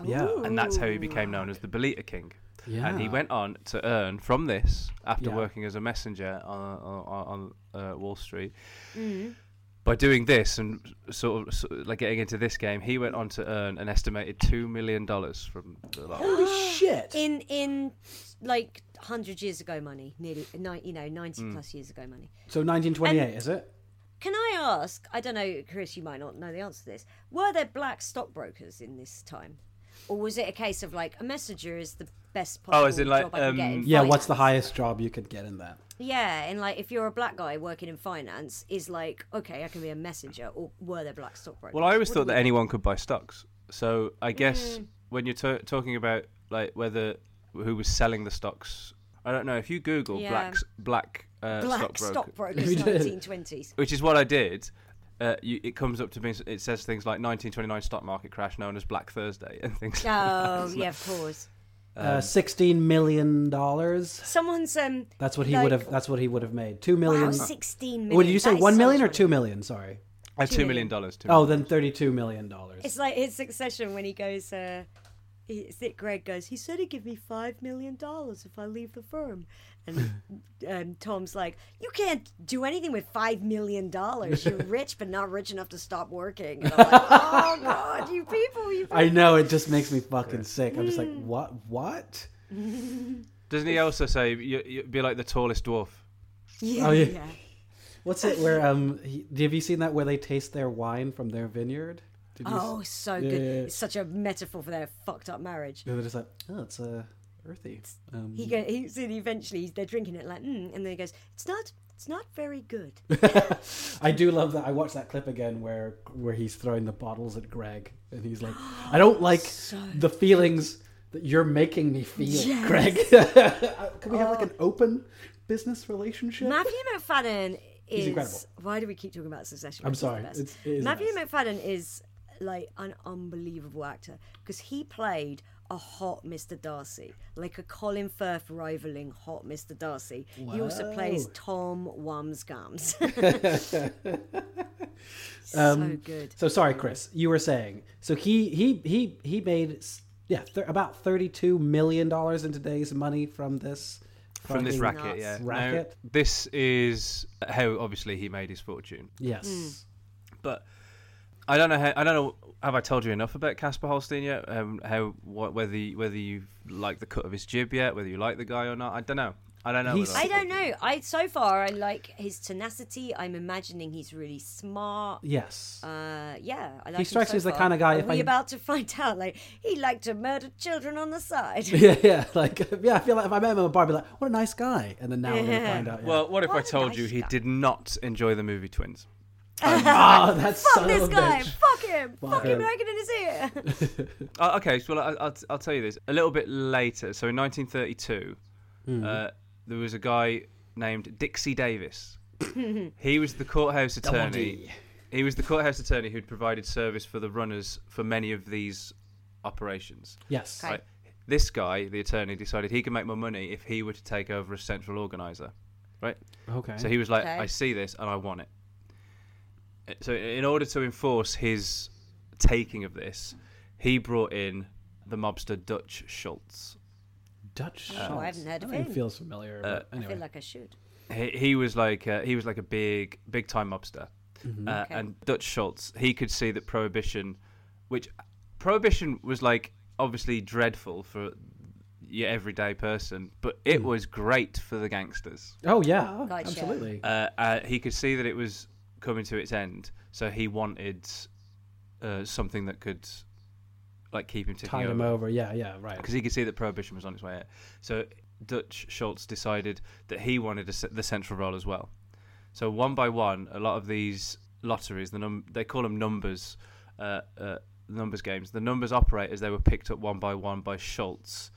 [SPEAKER 2] Yeah.
[SPEAKER 3] and that's how he became known as the belita king and he
[SPEAKER 2] Yeah.
[SPEAKER 3] went on to earn from this after
[SPEAKER 2] Yeah.
[SPEAKER 3] working as a messenger on, on, on uh, wall street by doing this and sort of, sort of, like getting into this game he went on to earn an estimated $2 million from the lottery
[SPEAKER 2] Holy Oh, shit.
[SPEAKER 1] in in like
[SPEAKER 3] Hmm.
[SPEAKER 1] hundred years ago money, nearly ni- you know ninety plus years ago money.
[SPEAKER 2] so 1928, is it?
[SPEAKER 1] Can I ask? I don't know, Chris. You might not know the answer to this. Were there black stockbrokers in this time, or was it a case of like a messenger is the best possible
[SPEAKER 3] Oh, as in, like,
[SPEAKER 1] job I can get
[SPEAKER 3] um,
[SPEAKER 1] in
[SPEAKER 2] Yeah, what's the
[SPEAKER 1] finance?
[SPEAKER 2] highest job you could get in that?
[SPEAKER 1] Yeah, and like if you're a black guy working in finance, is like okay, I can be a messenger. Or were there black stockbrokers?
[SPEAKER 3] Well, I always
[SPEAKER 1] What
[SPEAKER 3] thought
[SPEAKER 1] do
[SPEAKER 3] that
[SPEAKER 1] we-
[SPEAKER 3] anyone could buy stocks. So I guess when you're t- talking about like whether who was selling the stocks, I don't know. If you Google
[SPEAKER 1] Yeah.
[SPEAKER 3] blacks black uh,
[SPEAKER 1] black
[SPEAKER 3] stockbroker,
[SPEAKER 1] stockbrokers, nineteen twenties.
[SPEAKER 3] which is what I did. Uh, you, it comes up to being. It says things like 1929 stock market crash, known as Black Thursday, and things.
[SPEAKER 1] Oh yeah, of course.
[SPEAKER 2] uh, Sixteen million dollars.
[SPEAKER 1] Someone's um.
[SPEAKER 2] That's what he
[SPEAKER 1] like-
[SPEAKER 2] would have. That's what he would have made. Two million.
[SPEAKER 1] Wow, sixteen million.
[SPEAKER 2] What did you say?
[SPEAKER 1] That is
[SPEAKER 2] One
[SPEAKER 1] so
[SPEAKER 2] million or
[SPEAKER 1] much money.
[SPEAKER 2] two million? Sorry.
[SPEAKER 3] Uh, two million dollars. two
[SPEAKER 2] Oh,
[SPEAKER 3] million.
[SPEAKER 2] then thirty-two million dollars.
[SPEAKER 1] It's like his succession when he goes. uh he- it's Nick Gregg goes. He said he'd give me five million dollars if I leave the firm, and um, Tom's like, "You can't do anything with five million dollars. You're rich, but not rich enough to stop working." And I'm like, "Oh God, you people, you." People.
[SPEAKER 2] I know it just makes me fucking sick. I'm just like,
[SPEAKER 1] Hmm.
[SPEAKER 2] what? What?
[SPEAKER 3] Doesn't he also say you, you be like the tallest dwarf?
[SPEAKER 2] Oh yeah. What's it where um? He, have you seen that where they taste their wine from their vineyard? Did you s-
[SPEAKER 1] Oh, so good. It's such a metaphor for their fucked up marriage.
[SPEAKER 2] And they're just like, oh, it's uh, earthy. Um,
[SPEAKER 1] He go, he so eventually they're drinking it like, mm, and then he goes, "It's not, it's not very good."
[SPEAKER 2] I do love that. I watched that clip again where where he's throwing the bottles at Greg, and he's like, "I don't like the feelings that you're making me feel, Greg. Can we have like an
[SPEAKER 1] Oh.
[SPEAKER 2] open business relationship?"
[SPEAKER 1] Matthew McFadden is.
[SPEAKER 2] incredible.
[SPEAKER 1] Why do we keep talking about Succession?
[SPEAKER 2] I'm
[SPEAKER 1] He's the
[SPEAKER 2] sorry,
[SPEAKER 1] best.
[SPEAKER 2] it's- it is the
[SPEAKER 1] Matthew
[SPEAKER 2] best.
[SPEAKER 1] McFadden is like an unbelievable actor because he played a hot Mr. Darcy, like a Colin Firth rivaling hot Mr. Darcy. He also plays Tom Wamsgums.
[SPEAKER 2] Um,
[SPEAKER 1] so good.
[SPEAKER 2] So sorry, Chris. You were saying so he he he he made s- yeah th- about thirty two million dollars in today's money from this
[SPEAKER 3] From this
[SPEAKER 2] fucking-
[SPEAKER 3] racket,
[SPEAKER 1] nuts.
[SPEAKER 3] yeah. Now,
[SPEAKER 2] Racket?
[SPEAKER 3] this is how obviously he made his fortune.
[SPEAKER 2] Yes.
[SPEAKER 1] Hmm.
[SPEAKER 3] but I don't know. How, I don't know. Have I told you enough about Casper Holstein yet? Um, how what, whether you, whether you like the cut of his jib yet? Whether you like the guy or not? I don't know. I don't know.
[SPEAKER 2] He's-
[SPEAKER 3] whether
[SPEAKER 1] I don't know. I so far I like his tenacity. I'm imagining he's really smart.
[SPEAKER 2] Yes.
[SPEAKER 1] Uh, yeah, I like
[SPEAKER 2] He
[SPEAKER 1] him
[SPEAKER 2] strikes
[SPEAKER 1] so
[SPEAKER 2] me as the
[SPEAKER 1] far.
[SPEAKER 2] kind of guy,
[SPEAKER 1] Are
[SPEAKER 2] if
[SPEAKER 1] we
[SPEAKER 2] I-
[SPEAKER 1] about to find out? Like he liked to murder children on the side.
[SPEAKER 2] yeah, yeah, like yeah. I feel like if I met him at a bar, I'd be like, "What a nice guy," and then now we're gonna find out. yeah.
[SPEAKER 3] Well, what if
[SPEAKER 1] What
[SPEAKER 3] I
[SPEAKER 1] a
[SPEAKER 3] told
[SPEAKER 1] nice
[SPEAKER 3] you he
[SPEAKER 1] guy.
[SPEAKER 3] did not enjoy the movie Twins?
[SPEAKER 2] oh, that's
[SPEAKER 1] Fuck
[SPEAKER 2] son of
[SPEAKER 1] this
[SPEAKER 2] a
[SPEAKER 1] guy!
[SPEAKER 2] bitch.
[SPEAKER 1] Fuck him! Fuck him!
[SPEAKER 2] him.
[SPEAKER 1] Reagan in his ear.
[SPEAKER 3] Uh, okay, so well, I, I'll, I'll tell you this a little bit later. So in 1932, uh, there was a guy named Dixie Davis. he was the courthouse attorney. He was the courthouse attorney who'd provided service for the runners for many of these operations.
[SPEAKER 2] Yes.
[SPEAKER 1] Okay.
[SPEAKER 3] Right. This guy, the attorney, decided he could make more money if he were to take over as central organizer. Right?
[SPEAKER 2] Okay.
[SPEAKER 3] So he was like,
[SPEAKER 1] Okay.
[SPEAKER 3] I see this and I want it. Uh, So in order to enforce his taking of this, he brought in the mobster Dutch Schultz.
[SPEAKER 2] Dutch.
[SPEAKER 1] Oh, I
[SPEAKER 2] Schultz.
[SPEAKER 1] haven't heard of
[SPEAKER 2] That name
[SPEAKER 1] him.
[SPEAKER 2] Feels familiar.
[SPEAKER 3] Uh,
[SPEAKER 2] but
[SPEAKER 1] I feel
[SPEAKER 2] anyway,
[SPEAKER 1] like I should.
[SPEAKER 3] He, he was like uh, he was like a big big time mobster. Uh,
[SPEAKER 1] Okay.
[SPEAKER 3] And Dutch Schultz, he could see that prohibition, which prohibition was like obviously dreadful for your everyday person, but it was great for the gangsters.
[SPEAKER 2] oh yeah,
[SPEAKER 1] Gotcha.
[SPEAKER 2] absolutely.
[SPEAKER 3] uh, uh, he could see that it was coming to its end, so he wanted uh, something that could like keep him ticking
[SPEAKER 2] Tied him over. Yeah, yeah, right.
[SPEAKER 3] because he could see that prohibition was on its way out. So Dutch Schultz decided that he wanted a, ce- the central role as well. So one by one, a lot of these lotteries, the num- they call them numbers, uh, uh, numbers games. The numbers operators they were picked up one by one by Schultz,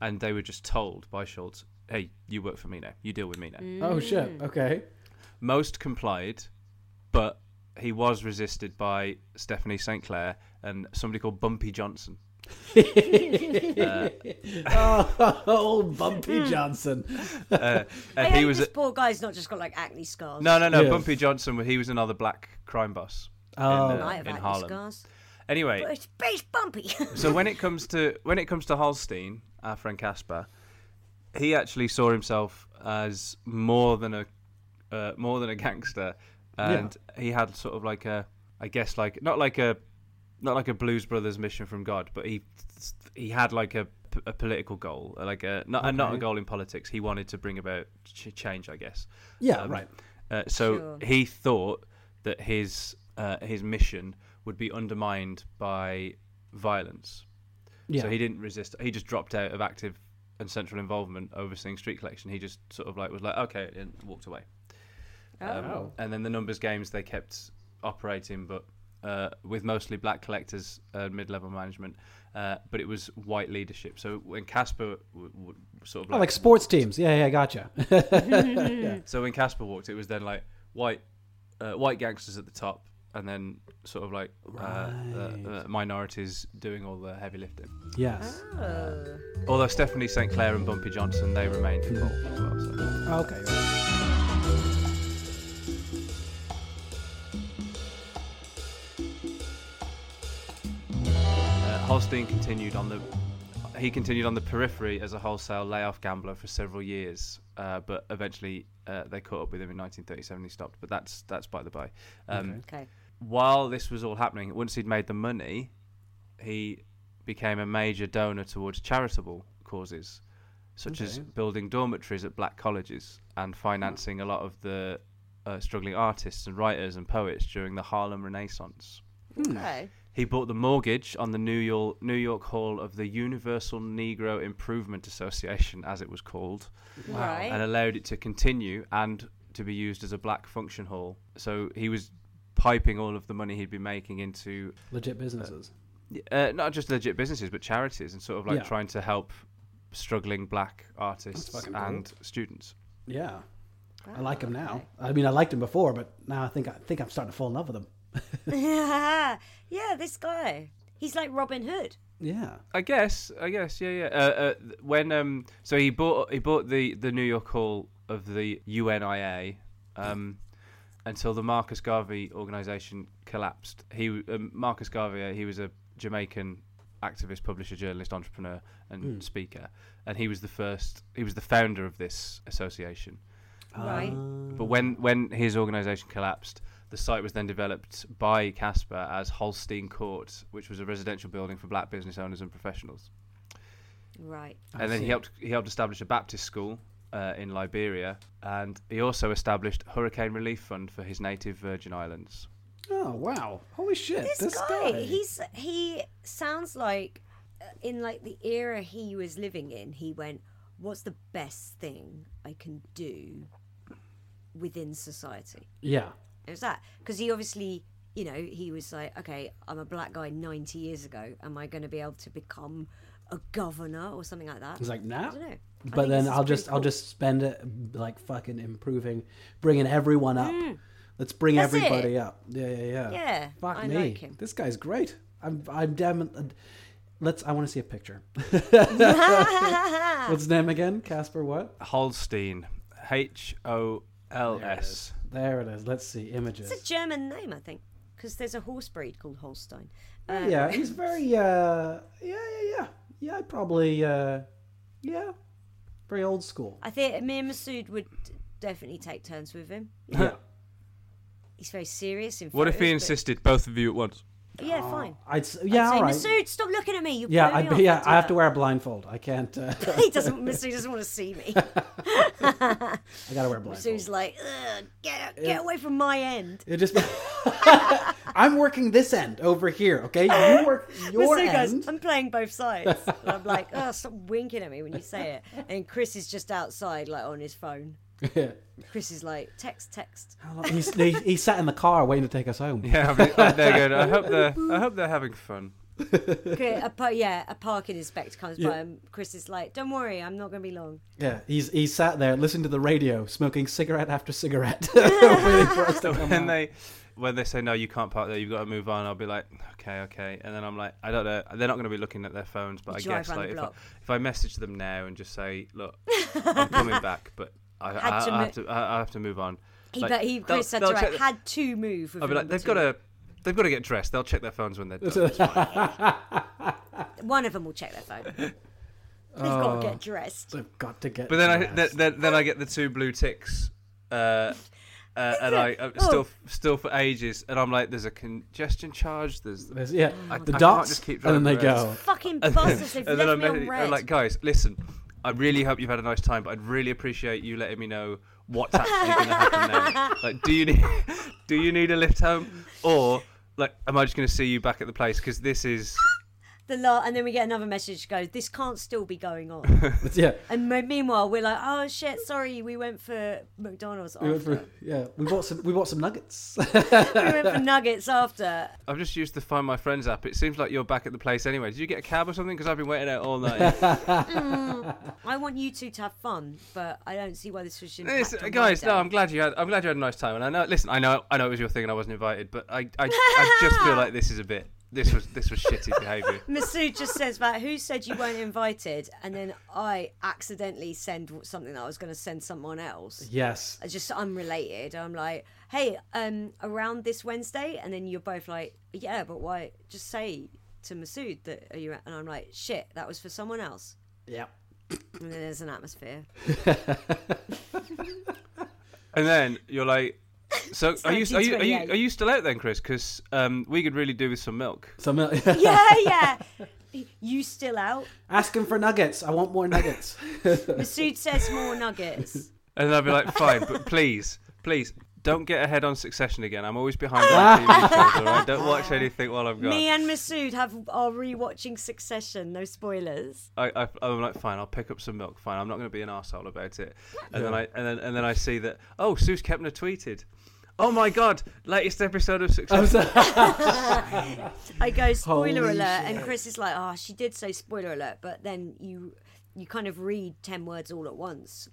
[SPEAKER 3] and they were just told by Schultz, "Hey, you work for me now. You deal with me now."
[SPEAKER 2] Oh shit.
[SPEAKER 1] Mm.
[SPEAKER 2] Okay.
[SPEAKER 3] Most complied, but he was resisted by Stephanie St. Clair and somebody called Bumpy Johnson.
[SPEAKER 2] oh, old
[SPEAKER 1] Mm.
[SPEAKER 2] Bumpy Johnson.
[SPEAKER 3] Uh, And
[SPEAKER 1] I
[SPEAKER 3] Uh, he
[SPEAKER 1] hope
[SPEAKER 3] was
[SPEAKER 1] this
[SPEAKER 3] a-
[SPEAKER 1] poor guy's not just got like acne scars.
[SPEAKER 3] no, no, no.
[SPEAKER 2] Yeah.
[SPEAKER 3] Bumpy Johnson. He was another black crime boss in,
[SPEAKER 2] Um,
[SPEAKER 3] uh,
[SPEAKER 1] I have
[SPEAKER 3] in
[SPEAKER 1] acne
[SPEAKER 3] Harlem.
[SPEAKER 1] scars.
[SPEAKER 3] Anyway,
[SPEAKER 1] But it's face bumpy.
[SPEAKER 3] so when it comes to when it comes to Holstein, our friend Casper, he actually saw himself as more than a uh, more than a gangster, and he had sort of like a, I guess like not like a not like a Blues Brothers mission from God, but he he had like a, p- a political goal, like a not and not a goal in politics. He wanted to bring about ch- change, I guess.
[SPEAKER 2] Yeah,
[SPEAKER 3] Um,
[SPEAKER 2] right.
[SPEAKER 3] Uh, so
[SPEAKER 1] Sure.
[SPEAKER 3] he thought that his uh, his mission would be undermined by violence.
[SPEAKER 2] Yeah.
[SPEAKER 3] So he didn't resist. He just dropped out of active and central involvement overseeing street collection. He just sort of like was like okay and walked away. Um, And then the numbers games they kept operating, but uh, with mostly black collectors and mid-level management. Uh, but it was white leadership. So when Casper w- w- sort of
[SPEAKER 2] Oh, like sports teams. Yeah, yeah, gotcha.
[SPEAKER 3] so when Casper walked, it was then like white, uh, white gangsters at the top, and then sort of like uh, uh, uh, minorities doing all the heavy lifting.
[SPEAKER 2] yes.
[SPEAKER 3] Although Stephanie St Clair and Bumpy Johnson, they remained involved as well. So.
[SPEAKER 1] Ah.
[SPEAKER 2] Okay. right.
[SPEAKER 3] Uh, Holstein continued on the he continued on the periphery as a wholesale layoff gambler for several years, uh, but eventually uh, they caught up with him in 1937. He stopped, but that's that's by the by. Um,
[SPEAKER 1] Okay.
[SPEAKER 3] while this was all happening, once he'd made the money, he became a major donor towards charitable causes, such as building dormitories at black colleges and financing a lot of the uh, struggling artists and writers and poets during the Harlem Renaissance.
[SPEAKER 2] Hmm.
[SPEAKER 1] Okay.
[SPEAKER 3] He bought the mortgage on the New York New York Hall of the Universal Negro Improvement Association, as it was called,
[SPEAKER 1] Right.
[SPEAKER 3] and allowed it to continue and to be used as a black function hall. So he was piping all of the money he'd been making into
[SPEAKER 2] Legit businesses.
[SPEAKER 3] uh, not just legit businesses but charities and sort of like
[SPEAKER 2] Yeah.
[SPEAKER 3] trying to help struggling black artists
[SPEAKER 2] fucking
[SPEAKER 3] and students.
[SPEAKER 2] Yeah. I like
[SPEAKER 1] Ah,
[SPEAKER 2] them now. I mean, I liked them before, but now I think I think I'm starting to fall in love with them.
[SPEAKER 1] yeah, this guy. He's like Robin Hood.
[SPEAKER 2] Yeah.
[SPEAKER 3] I guess, I guess, yeah, yeah. Uh, uh, th- when um, so he bought he bought the the New York Hall of the UNIA, um, until the Marcus Garvey organization collapsed. He w- um, Marcus Garvey, uh, he was a Jamaican activist, publisher, journalist, entrepreneur, and speaker, and he was the first. He was the founder of this association.
[SPEAKER 1] right.
[SPEAKER 2] Um,
[SPEAKER 3] But when when his organisation collapsed, the site was then developed by Casper as Holstein Court, which was a residential building for black business owners and professionals.
[SPEAKER 1] Right.
[SPEAKER 3] and then he helped he helped establish a Baptist school uh, in Liberia, and he also established Hurricane Relief Fund for his native Virgin Islands.
[SPEAKER 2] Oh wow! Holy shit!
[SPEAKER 1] This, guy, he's he sounds like uh, in like the era he was living in, he went, "What's the best thing I can do within society?"
[SPEAKER 2] yeah.
[SPEAKER 1] It was that because he obviously, you know, he was like, okay, I'm a black guy 90 years ago. Am I going to be able to become a governor or something like that?
[SPEAKER 2] He's like nah.
[SPEAKER 1] don't know. I
[SPEAKER 2] But
[SPEAKER 1] think this
[SPEAKER 2] then
[SPEAKER 1] is
[SPEAKER 2] I'll just
[SPEAKER 1] pretty
[SPEAKER 2] I'll
[SPEAKER 1] cool.
[SPEAKER 2] just spend it like fucking improving, bringing everyone up. Let's bring
[SPEAKER 1] Mm. That's
[SPEAKER 2] everybody up. Yeah, yeah, yeah.
[SPEAKER 1] Yeah,
[SPEAKER 2] Fuck
[SPEAKER 1] I
[SPEAKER 2] me.
[SPEAKER 1] like him.
[SPEAKER 2] This guy's great. I'm I'm damn. Let's. I want to see a picture. What's his name again? Casper. What?
[SPEAKER 3] Holstein, H O L S.
[SPEAKER 2] There it is. Let's see images.
[SPEAKER 1] It's a German name, I think, because there's a horse breed called Holstein. Uh,
[SPEAKER 2] Oh, yeah, he's very uh yeah, yeah, yeah. Yeah, I'd probably uh yeah. Very old school.
[SPEAKER 1] I think me and Masood would definitely take turns with him.
[SPEAKER 2] Yeah.
[SPEAKER 1] He's very serious. In
[SPEAKER 3] What if
[SPEAKER 1] photos,
[SPEAKER 3] he
[SPEAKER 1] but-
[SPEAKER 3] insisted both of you at once?
[SPEAKER 1] Yeah, fine.
[SPEAKER 2] I'd s- Oh. yeah,
[SPEAKER 1] Say,
[SPEAKER 2] all right.
[SPEAKER 1] Masood, stop looking at me. You
[SPEAKER 2] yeah,
[SPEAKER 1] blow me
[SPEAKER 2] I'd
[SPEAKER 1] off.
[SPEAKER 2] be, yeah,
[SPEAKER 1] Don't do
[SPEAKER 2] I have to
[SPEAKER 1] that."
[SPEAKER 2] wear a blindfold. I can't uh,
[SPEAKER 1] He doesn't. Masood doesn't want to see me.
[SPEAKER 2] I got to wear a blindfold.
[SPEAKER 1] Masood's like, Ugh, get out- get away from my end.
[SPEAKER 2] It just I'm working this end over here, okay? You work your
[SPEAKER 1] Masood
[SPEAKER 2] end.
[SPEAKER 1] goes, I'm playing both sides. and I'm like, oh, stop winking at me when you say it. And Chris is just outside, like on his phone. Chris is like, text, text.
[SPEAKER 2] He's, he, he sat in the car waiting to take us home.
[SPEAKER 3] Yeah, I mean, oh, they're good. I hope they're I hope they're having fun.
[SPEAKER 1] Okay, a par- yeah, a parking inspector comes by and Chris is like, "Don't worry, I'm not going to be long."
[SPEAKER 2] Yeah, he's he sat there listening to the radio, smoking cigarette after cigarette. waiting for us to come
[SPEAKER 3] when
[SPEAKER 2] home.
[SPEAKER 3] they when they say no you can't park there you've got to move on i'll be like okay okay and then i'm like i don't know they're not going to be looking at their phones but i
[SPEAKER 1] drive
[SPEAKER 3] guess
[SPEAKER 1] round
[SPEAKER 3] like
[SPEAKER 1] the
[SPEAKER 3] if I,
[SPEAKER 1] block.
[SPEAKER 3] if I message them now and just say look i'm coming back but I, I,
[SPEAKER 1] to
[SPEAKER 3] I have
[SPEAKER 1] mo-
[SPEAKER 3] to I, I have to move on
[SPEAKER 1] He,
[SPEAKER 3] Like,
[SPEAKER 1] but he,
[SPEAKER 3] they'll-
[SPEAKER 1] Chris had,
[SPEAKER 3] they'll
[SPEAKER 1] to,
[SPEAKER 3] check-
[SPEAKER 1] had to move. with
[SPEAKER 3] i'll be like
[SPEAKER 1] number
[SPEAKER 3] they've got
[SPEAKER 1] two.
[SPEAKER 3] to they've got to get dressed they'll check their phones when they're done It's fine.
[SPEAKER 1] One of them will check their phone. They've got
[SPEAKER 3] Oh.
[SPEAKER 1] to get dressed.
[SPEAKER 2] I've got to get
[SPEAKER 3] but then i
[SPEAKER 2] dressed.
[SPEAKER 3] then, then, then i get the two blue ticks uh uh, and I uh,
[SPEAKER 1] Oh.
[SPEAKER 3] still still for ages, and I'm like, there's a congestion charge. There's
[SPEAKER 2] There's- yeah,
[SPEAKER 3] I- I
[SPEAKER 2] the
[SPEAKER 3] can't
[SPEAKER 2] dots,
[SPEAKER 3] just keep
[SPEAKER 2] and then
[SPEAKER 3] driving
[SPEAKER 2] they
[SPEAKER 3] around.
[SPEAKER 2] go.
[SPEAKER 1] Fucking bastards! They've
[SPEAKER 3] and then
[SPEAKER 1] left
[SPEAKER 3] I'm
[SPEAKER 1] me on
[SPEAKER 3] messaging- I'm
[SPEAKER 1] red.
[SPEAKER 3] like, guys, listen, I really hope you've had a nice time, but I'd really appreciate you letting me know what's actually going to happen now. Like, do you need do you need a lift home, or like, am I just going to see you back at the place? Because this is
[SPEAKER 1] The la- and then we get another message goes, this can't still be going on.
[SPEAKER 2] yeah.
[SPEAKER 1] and me- meanwhile, we're like, oh shit, sorry, we went for McDonald's. After.
[SPEAKER 2] We went for, yeah, we bought some. We bought some nuggets.
[SPEAKER 1] nuggets after.
[SPEAKER 3] I've just used the Find My Friends app. It seems like you're back at the place anyway. Did you get a cab or something? Because I've been waiting out all night.
[SPEAKER 1] I want you two to have fun, but I don't see why this was. impact
[SPEAKER 3] It's-
[SPEAKER 1] on my
[SPEAKER 3] guys, no,
[SPEAKER 1] day.
[SPEAKER 3] I'm glad you had. I'm glad you had a nice time. And I know, listen, I know, I know it was your thing, and I wasn't invited, but I, I, I just feel like this is a bit. This was this was shitty behaviour.
[SPEAKER 1] Masood just says that who said you weren't invited, and then I accidentally send w- something that I was going to send someone else.
[SPEAKER 2] yes.
[SPEAKER 1] It's Just unrelated. I'm like, hey, um, around this Wednesday, and then you're both like, yeah, but why? Just say to Masood that are you? And I'm like, shit, that was for someone else.
[SPEAKER 2] Yeah.
[SPEAKER 1] And then there's an atmosphere.
[SPEAKER 3] And then you're like, so are you, are you are you
[SPEAKER 1] 1928.
[SPEAKER 3] are you still out then, Chris? Because um, we could really do with some milk.
[SPEAKER 2] So mil-
[SPEAKER 1] yeah, yeah. You still out?
[SPEAKER 2] ask him for nuggets. I want more nuggets.
[SPEAKER 1] Masood says more nuggets.
[SPEAKER 3] And then I'd be like, fine, but please, please. Don't get ahead on Succession again. I'm always behind on TV shows. All right, don't watch anything while I'm gone.
[SPEAKER 1] Me and Masood have are rewatching Succession. No spoilers.
[SPEAKER 3] I, I, I'm like, fine, I'll pick up some milk. Fine, I'm not going to be an arsehole about it. And then I and then and then I see that. Oh, Suze Kepner tweeted. Oh my god! Latest episode of Success.
[SPEAKER 1] I go spoiler
[SPEAKER 2] Holy
[SPEAKER 1] alert, and Chris is like, "Oh, she did say spoiler alert," but then you you kind of read ten words all at once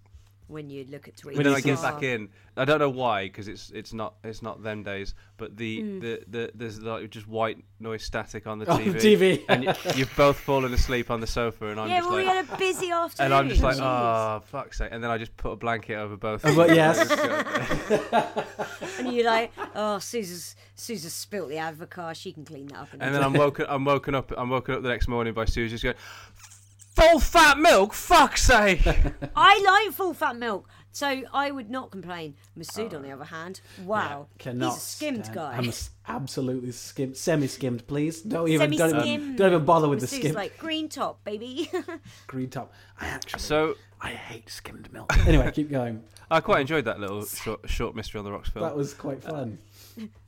[SPEAKER 1] when you look at tweets.
[SPEAKER 3] But then I get back in. I don't know why, because it's it's not it's not them days. But the,
[SPEAKER 1] Hmm.
[SPEAKER 3] the, the there's like just white noise static on the
[SPEAKER 2] On
[SPEAKER 3] TV.
[SPEAKER 2] the TV.
[SPEAKER 3] and y- you've both fallen asleep on the sofa, and I'm
[SPEAKER 1] Yeah,
[SPEAKER 3] just
[SPEAKER 1] well,
[SPEAKER 3] like,
[SPEAKER 1] we had a busy afternoon.
[SPEAKER 3] and I'm just like,
[SPEAKER 1] Jeez.
[SPEAKER 3] oh fuck's sake! And then I just put a blanket over both.
[SPEAKER 2] But yes.
[SPEAKER 1] and you're like, oh, Susan's Susan spilt the avocado. She can clean that up. in a
[SPEAKER 3] And then I'm woken. I'm woken up. I'm woken up the next morning by Susie just going, "Full fat milk, fuck's sake!"
[SPEAKER 1] I like full fat milk, so I would not complain. Masood, on the other hand, wow,
[SPEAKER 2] Cannot.
[SPEAKER 1] he's a skimmed
[SPEAKER 2] stand-
[SPEAKER 1] guy.
[SPEAKER 2] I'm s- absolutely skimmed, semi-skimmed. Please don't even don't even,
[SPEAKER 1] Semi-skimmed.
[SPEAKER 2] don't even bother with the
[SPEAKER 1] Masood's
[SPEAKER 2] skimmed
[SPEAKER 1] like green top, baby.
[SPEAKER 2] green top. I actually
[SPEAKER 3] So
[SPEAKER 2] I hate skimmed milk. Anyway, keep going.
[SPEAKER 3] I quite enjoyed that little short, short mystery on the rocks film.
[SPEAKER 2] That was quite
[SPEAKER 3] Uh,
[SPEAKER 2] fun.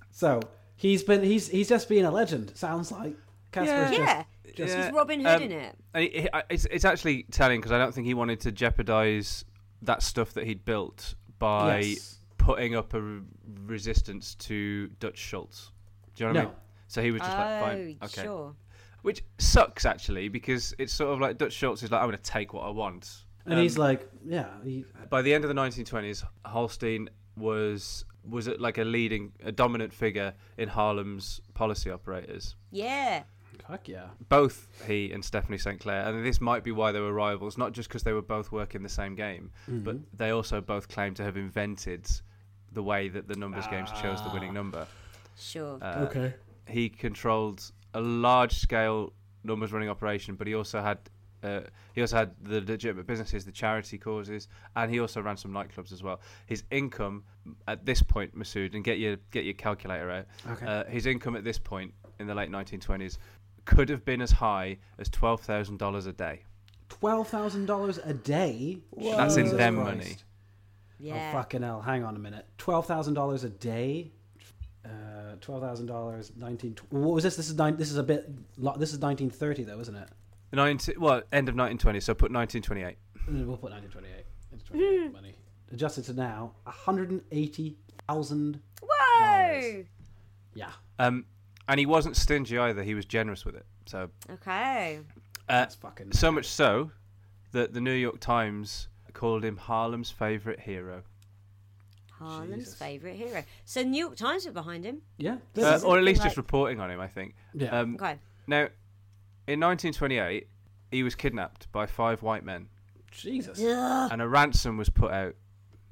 [SPEAKER 2] So he's been he's he's just been a legend. Sounds like Casper's
[SPEAKER 1] yeah,
[SPEAKER 2] just,
[SPEAKER 1] he's
[SPEAKER 2] just
[SPEAKER 3] Yeah,
[SPEAKER 1] Robin Hood
[SPEAKER 3] um,
[SPEAKER 1] in it.
[SPEAKER 3] And it- it- it's, it's actually telling because I don't think he wanted to jeopardize that stuff that he'd built by
[SPEAKER 2] Yes.
[SPEAKER 3] putting up a re- resistance to Dutch Schultz. Do you know what I
[SPEAKER 2] No.
[SPEAKER 3] mean? So he was just like, fine,
[SPEAKER 1] oh,
[SPEAKER 3] okay.
[SPEAKER 1] sure.
[SPEAKER 3] Which sucks actually because it's sort of like Dutch Schultz is like, I'm going to take what I want.
[SPEAKER 2] and he's like yeah he,
[SPEAKER 3] By the end of the 1920s, Holstein was was at like a leading, a dominant figure in Harlem's policy operators.
[SPEAKER 1] Yeah.
[SPEAKER 2] fuck yeah
[SPEAKER 3] both he and Stephanie St. Clair, and this might be why they were rivals, not just because they were both working the same game, but they also both claim to have invented the way that the numbers games chose the winning number.
[SPEAKER 1] Sure.
[SPEAKER 3] Uh, oh,
[SPEAKER 2] okay
[SPEAKER 3] He controlled a large scale numbers running operation, but he also had. Uh, he also had the legitimate businesses, the charity causes, and he also ran some nightclubs as well. His income at this point, Masood, and get your get your calculator out.
[SPEAKER 2] Okay.
[SPEAKER 3] Uh, his income at this point in the late 1920s could have been as high as twelve thousand dollars a day.
[SPEAKER 2] twelve thousand dollars a day.
[SPEAKER 3] That's in
[SPEAKER 2] Jesus
[SPEAKER 3] them
[SPEAKER 2] Christ.
[SPEAKER 3] money.
[SPEAKER 1] yeah.
[SPEAKER 2] Oh fucking hell! Hang on a minute. Twelve thousand dollars a day. Uh, twelve thousand dollars. Nineteen. tw- What was this? This is nine. This is a bit. Lo- this is nineteen thirty though, isn't it?
[SPEAKER 3] The 19, well, end of 1920s, so put 1928.
[SPEAKER 2] Uh, We'll put nineteen twenty-eight. It's twenty-eight money. Adjusted to now, one hundred and eighty thousand.
[SPEAKER 1] Whoa.
[SPEAKER 2] Yeah.
[SPEAKER 3] Um, and he wasn't stingy either; he was generous with it. So,
[SPEAKER 1] Okay.
[SPEAKER 2] That's fucking.
[SPEAKER 3] so much so that the New York Times called him Harlem's favorite hero,
[SPEAKER 1] Harlan's favourite hero. So New York Times were behind him.
[SPEAKER 2] yeah. This
[SPEAKER 3] uh,
[SPEAKER 2] is,
[SPEAKER 3] or at least
[SPEAKER 1] like-
[SPEAKER 3] just reporting on him. I think.
[SPEAKER 2] Yeah.
[SPEAKER 3] Um,
[SPEAKER 1] Okay.
[SPEAKER 3] Now, in 1928, he was kidnapped by five white men,
[SPEAKER 2] Jesus.
[SPEAKER 3] and a ransom was put out,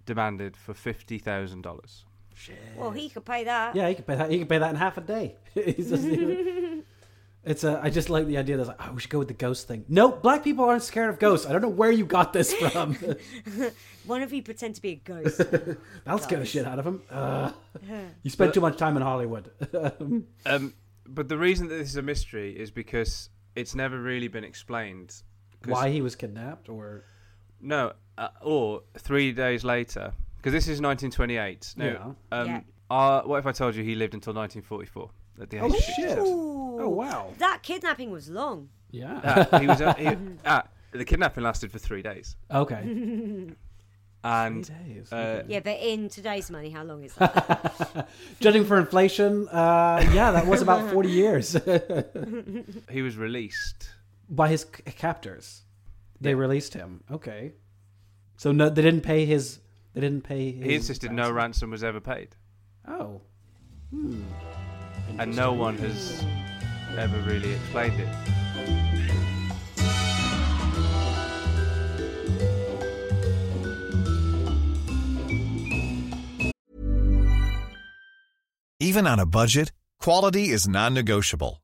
[SPEAKER 3] demanded for fifty thousand dollars.
[SPEAKER 1] Well, he could pay that.
[SPEAKER 2] Yeah, he could pay that. He could pay that in half a day. He's just- it's a. I just like the idea. That's like, oh, we should go with the ghost thing. No, black people aren't scared of ghosts. I don't know where you got this from.
[SPEAKER 1] One of you pretend to be a ghost.
[SPEAKER 2] That'll scare the shit out of him. Ugh. you spent too much time in Hollywood.
[SPEAKER 3] Um, but the reason that this is a mystery is because it's never really been explained. 'Cause
[SPEAKER 2] Why he was kidnapped, or
[SPEAKER 3] No, uh, or three days later, because this is 1928. No, um,
[SPEAKER 1] Yeah.
[SPEAKER 3] uh, what if I told you he lived until 1944 at the age
[SPEAKER 2] Oh,
[SPEAKER 3] of
[SPEAKER 2] shit.
[SPEAKER 3] 67?
[SPEAKER 2] Oh, wow.
[SPEAKER 1] That kidnapping was long.
[SPEAKER 2] Yeah.
[SPEAKER 3] Ah, he was. uh, he, ah, the kidnapping lasted for three days,
[SPEAKER 2] okay.
[SPEAKER 3] and
[SPEAKER 2] days,
[SPEAKER 3] uh,
[SPEAKER 1] Yeah, but in today's money, how long is that?
[SPEAKER 2] Judging for inflation, uh, yeah, that was about 40 years
[SPEAKER 3] he was released.
[SPEAKER 2] by his c- captors. They released him. Okay. So no, they didn't pay his. They didn't pay. His
[SPEAKER 3] He insisted no ransom was ever paid,
[SPEAKER 2] Oh,
[SPEAKER 3] and no one has ever really explained it.
[SPEAKER 4] Even on a budget, quality is non-negotiable.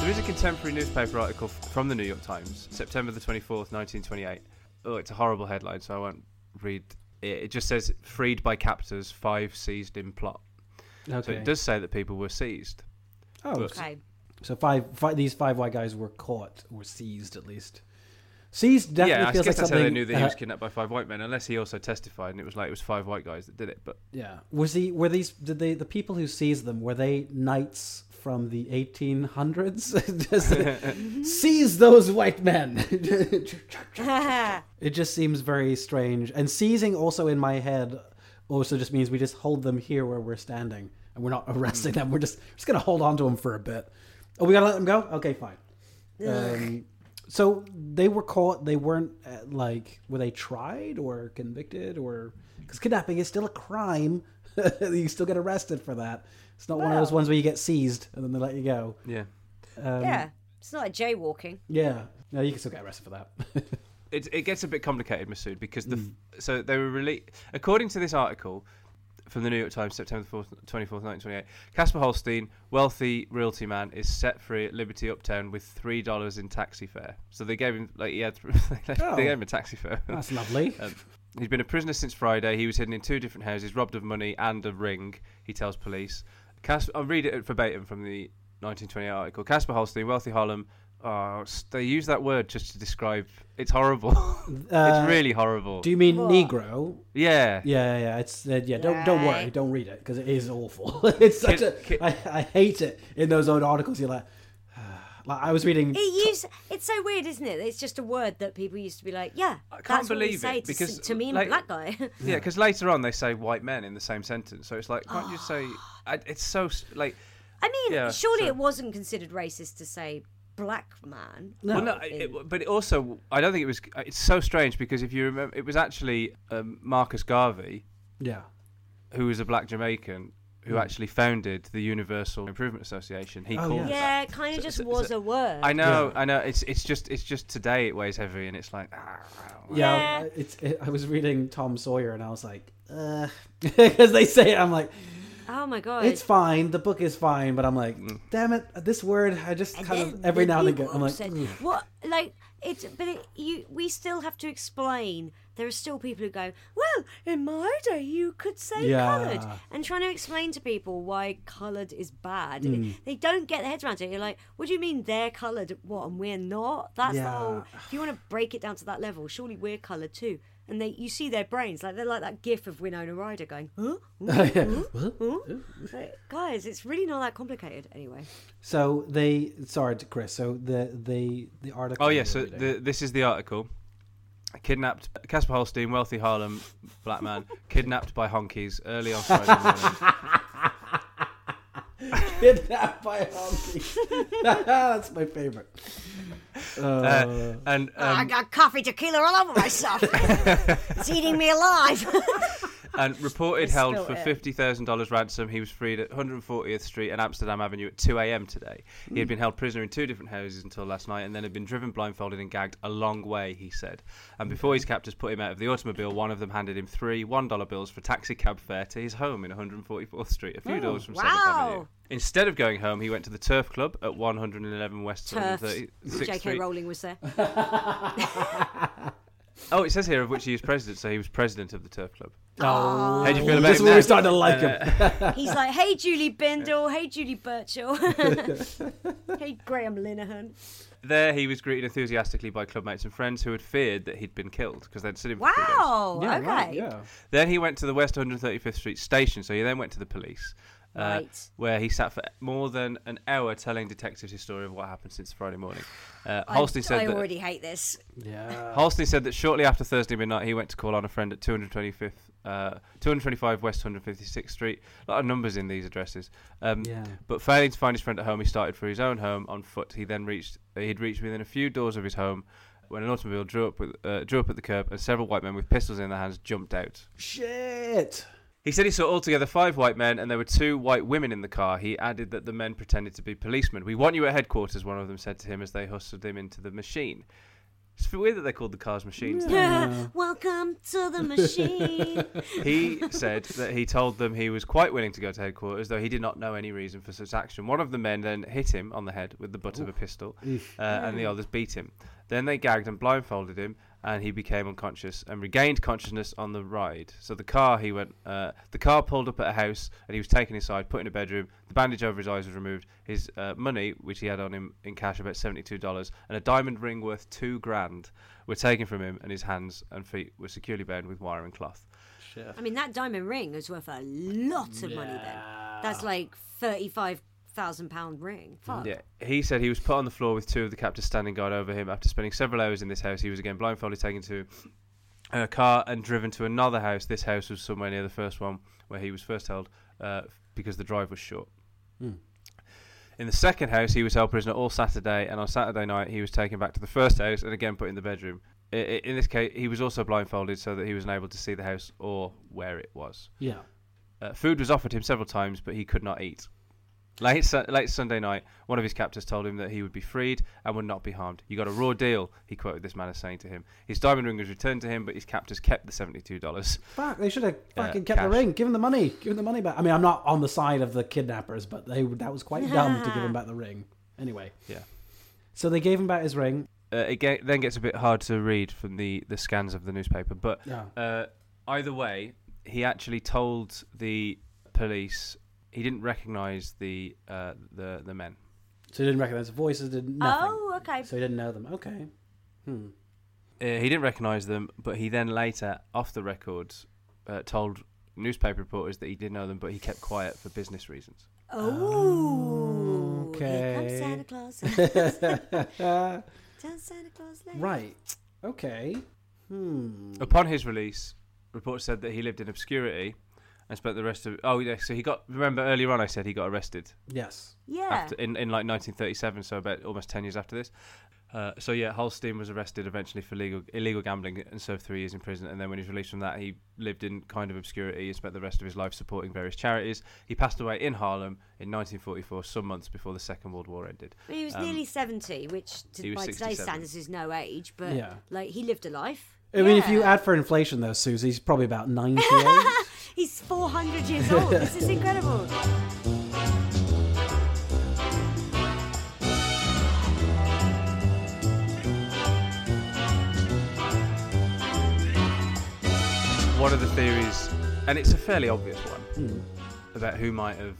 [SPEAKER 3] There is a contemporary newspaper article f- from the New York Times, September the 24th, 1928. Oh, it's a horrible headline, so I won't read it. It just says, Freed by captors, five seized in plot.
[SPEAKER 2] okay.
[SPEAKER 3] So it does say that people were seized.
[SPEAKER 2] oh,
[SPEAKER 1] Okay.
[SPEAKER 2] So five, five, these five white guys were caught or seized at least. Seized definitely
[SPEAKER 3] yeah, I guess
[SPEAKER 2] feels like
[SPEAKER 3] that's
[SPEAKER 2] something.
[SPEAKER 3] how they knew that he was
[SPEAKER 2] uh,
[SPEAKER 3] kidnapped by five white men, unless he also testified and it was like it was five white guys that did it. But
[SPEAKER 2] yeah, was he? Were these? Did they? The people who seized them were they knights from the 1800s? Just, seize those white men. it just seems very strange. And seizing also in my head also just means we just hold them here where we're standing and we're not arresting them. We're just just gonna hold on to them for a bit. Oh, we gotta let them go. Okay, fine. Um, so they were caught. They weren't uh, like were they tried or convicted or because kidnapping is still a crime. you still get arrested for that. It's not one of those ones where you get seized and then they let you go. Um,
[SPEAKER 3] yeah. Um,
[SPEAKER 1] yeah. It's not like jaywalking.
[SPEAKER 2] Yeah, no, you can still get arrested for that.
[SPEAKER 3] it, it gets a bit complicated, Masood, because the
[SPEAKER 2] Hmm.
[SPEAKER 3] f- so they were released according to this article from the New York Times, September fourth, twenty fourth, nineteen twenty eight. Casper Holstein, wealthy realty man, is set free at Liberty Uptown with three dollars in taxi fare. So they gave him like he had th-
[SPEAKER 2] Oh.
[SPEAKER 3] they gave him a taxi fare.
[SPEAKER 2] That's lovely.
[SPEAKER 3] Um, he's been a prisoner since Friday. He was hidden in two different houses, robbed of money and a ring, he tells police. Casper, I'll read it verbatim from the 1928 article. Casper Holstein, wealthy Harlem. Oh, s- they use that word just to describe. It's horrible. it's really horrible.
[SPEAKER 2] Uh, Do you mean Negro?
[SPEAKER 3] yeah.
[SPEAKER 2] Yeah, yeah, yeah. It's uh, yeah. Don't don't worry. Don't read it because it is awful. it's such
[SPEAKER 3] Kid-
[SPEAKER 2] a.
[SPEAKER 3] kid-
[SPEAKER 2] I, I hate it in those old articles. You're like, like I was reading.
[SPEAKER 1] It use, it's so weird, isn't it? It's just a word that people used to be like, yeah,
[SPEAKER 3] I can't
[SPEAKER 1] that's
[SPEAKER 3] believe
[SPEAKER 1] what we say
[SPEAKER 3] it,
[SPEAKER 1] to, s-
[SPEAKER 3] because,
[SPEAKER 1] to mean
[SPEAKER 3] like-
[SPEAKER 1] a black guy.
[SPEAKER 3] Yeah, because later on they say white men in the same sentence. So it's like, can't you say. I, it's so. s- Like.
[SPEAKER 1] I mean,
[SPEAKER 3] Yeah,
[SPEAKER 1] surely
[SPEAKER 3] so-
[SPEAKER 1] it wasn't considered racist to say black man.
[SPEAKER 3] Well, no, it, it- but it also, I don't think it was. uh, It's so strange because if you remember, it was actually um, Marcus Garvey
[SPEAKER 2] Yeah.
[SPEAKER 3] who was a black Jamaican who actually founded the Universal Improvement Association. He
[SPEAKER 2] Oh,
[SPEAKER 3] called
[SPEAKER 2] yeah.
[SPEAKER 3] it
[SPEAKER 1] Yeah,
[SPEAKER 3] that.
[SPEAKER 1] it kind of
[SPEAKER 3] So-
[SPEAKER 1] just
[SPEAKER 3] so-
[SPEAKER 1] was
[SPEAKER 3] so-
[SPEAKER 1] a word.
[SPEAKER 3] I know, I know. It's it's just it's just today it weighs heavy and it's like ah, wow.
[SPEAKER 2] Yeah, I- it's. It, I was reading Tom Sawyer, and I was like, because they say it, I'm like,
[SPEAKER 1] oh my god,
[SPEAKER 2] it's fine. The book is fine, but I'm like,
[SPEAKER 3] Mm.
[SPEAKER 2] damn it, this word. I just kind
[SPEAKER 1] then
[SPEAKER 2] of every
[SPEAKER 1] the
[SPEAKER 2] now and again,
[SPEAKER 1] people
[SPEAKER 2] I'm like,
[SPEAKER 1] said,
[SPEAKER 2] "Ugh."
[SPEAKER 1] what? Like it's, but it, you, we still have to explain. There are still people who go, well, in my day you could say
[SPEAKER 2] Yeah.
[SPEAKER 1] coloured, and trying to explain to people why coloured is bad.
[SPEAKER 2] Mm.
[SPEAKER 1] They don't get their heads around it. You're like, what do you mean they're coloured? What and we're not? That's the whole.
[SPEAKER 2] Yeah.
[SPEAKER 1] If you want to break it down to that level, surely we're coloured too. and they you see their brains like they're like that gif of Winona Ryder going, huh? Like, guys, it's really not that complicated anyway.
[SPEAKER 2] So they sorry, Chris. So the the the article.
[SPEAKER 3] Oh yeah,
[SPEAKER 2] you
[SPEAKER 3] so
[SPEAKER 2] were reading.
[SPEAKER 3] the, this is the article. Kidnapped Casper Holstein, wealthy Harlem black man, kidnapped by honkies early on Friday morning.
[SPEAKER 2] kidnapped by honkies. That's my favorite.
[SPEAKER 3] Uh, and
[SPEAKER 1] I
[SPEAKER 3] um,
[SPEAKER 1] got coffee tequila all over myself. it's eating me alive.
[SPEAKER 3] and reported held
[SPEAKER 1] spilt
[SPEAKER 3] for
[SPEAKER 1] it.
[SPEAKER 3] fifty thousand dollars ransom. He was freed at 140th Street and Amsterdam Avenue at 2 a.m. today. He
[SPEAKER 1] Hmm.
[SPEAKER 3] had been held prisoner in two different houses until last night, and then had been driven blindfolded and gagged a long way. He said, and before his captors put him out of the automobile, one of them handed him three one-dollar bills for taxi cab fare to his home in 144th Street, a few doors from Seventh
[SPEAKER 1] Oh, wow.
[SPEAKER 3] Avenue. Instead of going home, he went to the Turf Club at 111 West
[SPEAKER 1] Turfs.
[SPEAKER 3] 36th
[SPEAKER 1] J.K.
[SPEAKER 3] Street.
[SPEAKER 1] Rowling was there.
[SPEAKER 3] Oh, it says here of which he was president, so he was president of the Turf Club.
[SPEAKER 2] Oh,
[SPEAKER 3] How do you feel about
[SPEAKER 2] this is
[SPEAKER 3] him
[SPEAKER 2] when
[SPEAKER 3] now?
[SPEAKER 2] we're starting to like him.
[SPEAKER 1] He's like, hey, Julie Bindle. Hey, Julie Birchall. hey, Graham Linehan.
[SPEAKER 3] There, he was greeted enthusiastically by clubmates and friends who had feared that he'd been killed because they'd seen him. for three days.
[SPEAKER 1] Wow.
[SPEAKER 2] Yeah,
[SPEAKER 1] okay.
[SPEAKER 2] right, yeah.
[SPEAKER 3] Then he went to the West 135th Street station, so he then went to the police, uh,
[SPEAKER 1] Right.
[SPEAKER 3] where he sat for more than an hour telling detectives his story of what happened since Friday morning. Uh, Holstein
[SPEAKER 1] I,
[SPEAKER 3] said
[SPEAKER 1] I
[SPEAKER 3] that.
[SPEAKER 1] already hate this.
[SPEAKER 3] Halstein said that shortly after Thursday midnight, he went to call on a friend at 225th, uh, 225 West 156th Street. A lot of numbers in these addresses. Um,
[SPEAKER 2] Yeah.
[SPEAKER 3] But failing to find his friend at home, he started for his own home on foot. He then reached he'd reached within a few doors of his home when an automobile drew up with, uh, drew up at the curb, and several white men with pistols in their hands jumped out.
[SPEAKER 2] Shit.
[SPEAKER 3] He said he saw altogether five white men and there were two white women in the car. He added that the men pretended to be policemen. We want you at headquarters, one of them said to him as they hustled him into the machine. It's weird that they called the cars machines.
[SPEAKER 1] Welcome to the machine.
[SPEAKER 3] He said that he told them he was quite willing to go to headquarters, though he did not know any reason for such action. One of the men then hit him on the head with the butt of a pistol, uh, and the others beat him. Then they gagged and blindfolded him, and he became unconscious and regained consciousness on the ride. So the car he went, uh, the car pulled up at a house, and he was taken inside, put in a bedroom. The bandage over his eyes was removed. His uh, money, which he had on him in cash, about seventy-two dollars, and a diamond ring worth two grand, were taken from him, and his hands and feet were securely bound with wire and cloth.
[SPEAKER 1] I mean, that diamond ring is worth a lot of money then. That's like £35,000 ring. Fuck.
[SPEAKER 3] Yeah, he said he was put on the floor with two of the captors standing guard over him. After spending several hours in this house, he was again blindfolded, taken to a car, and driven to another house. This house was somewhere near the first one where he was first held uh, because the drive was short. In the second house, he was held prisoner all Saturday, and on Saturday night, he was taken back to the first house and again put in the bedroom. I- I- In this case, he was also blindfolded so that he was unable to see the house or where it was.
[SPEAKER 2] Yeah.
[SPEAKER 3] Uh, food was offered him several times, but he could not eat. Late, su- late Sunday night, one of his captors told him that he would be freed and would not be harmed. You got a raw deal, he quoted this man as saying to him. His diamond ring was returned to him, but his captors kept the $72.
[SPEAKER 2] Fuck, they should have fucking kept the
[SPEAKER 3] cash.
[SPEAKER 2] ring. Give him the money. Give him the money back. I mean, I'm not on the side of the kidnappers, but they that was quite dumb to give him back the ring. Anyway,
[SPEAKER 3] Yeah.
[SPEAKER 2] so they gave him back his ring.
[SPEAKER 3] Uh, it ge- then gets a bit hard to read from the, the scans of the newspaper, but
[SPEAKER 2] Yeah.
[SPEAKER 3] uh, either way, he actually told the police he didn't recognise the, uh, the, the men.
[SPEAKER 2] So he didn't recognize the voices, didn't nothing.
[SPEAKER 1] Oh, okay.
[SPEAKER 2] So he didn't know them. Okay. Hmm.
[SPEAKER 3] uh, he didn't recognise them, but he then later, off the record, uh, told newspaper reporters that he did know them, but he kept quiet for business reasons.
[SPEAKER 1] Oh. Here comes
[SPEAKER 2] Okay.
[SPEAKER 1] Santa Claus. Does Santa Claus like-
[SPEAKER 2] Hmm. Right. Okay. Hmm.
[SPEAKER 3] Upon his release, reports said that he lived in obscurity and spent the rest of. Oh, yeah, so he got. Remember earlier on, I said he got arrested
[SPEAKER 2] Yes.
[SPEAKER 1] Yeah.
[SPEAKER 3] after, in, in like 1937, so about almost 10 years after this. Uh, so yeah, Holstein was arrested eventually for legal illegal gambling and served three years in prison. And then when he was released from that, he lived in kind of obscurity and spent the rest of his life supporting various charities. He passed away in Harlem in 1944, some months before the Second World War ended. Um,
[SPEAKER 1] He
[SPEAKER 2] um,
[SPEAKER 1] was nearly 70, which to,
[SPEAKER 3] he was
[SPEAKER 1] by today's
[SPEAKER 3] 67.
[SPEAKER 1] standards is no age, but
[SPEAKER 2] Yeah.
[SPEAKER 1] like he lived a life.
[SPEAKER 2] I mean, if you
[SPEAKER 1] Yeah.
[SPEAKER 2] add for inflation, though, Susie, he's probably about 98.
[SPEAKER 1] He's 400 years old. This is incredible.
[SPEAKER 3] One of the theories, and it's a fairly obvious one,
[SPEAKER 2] Hmm.
[SPEAKER 3] about who might have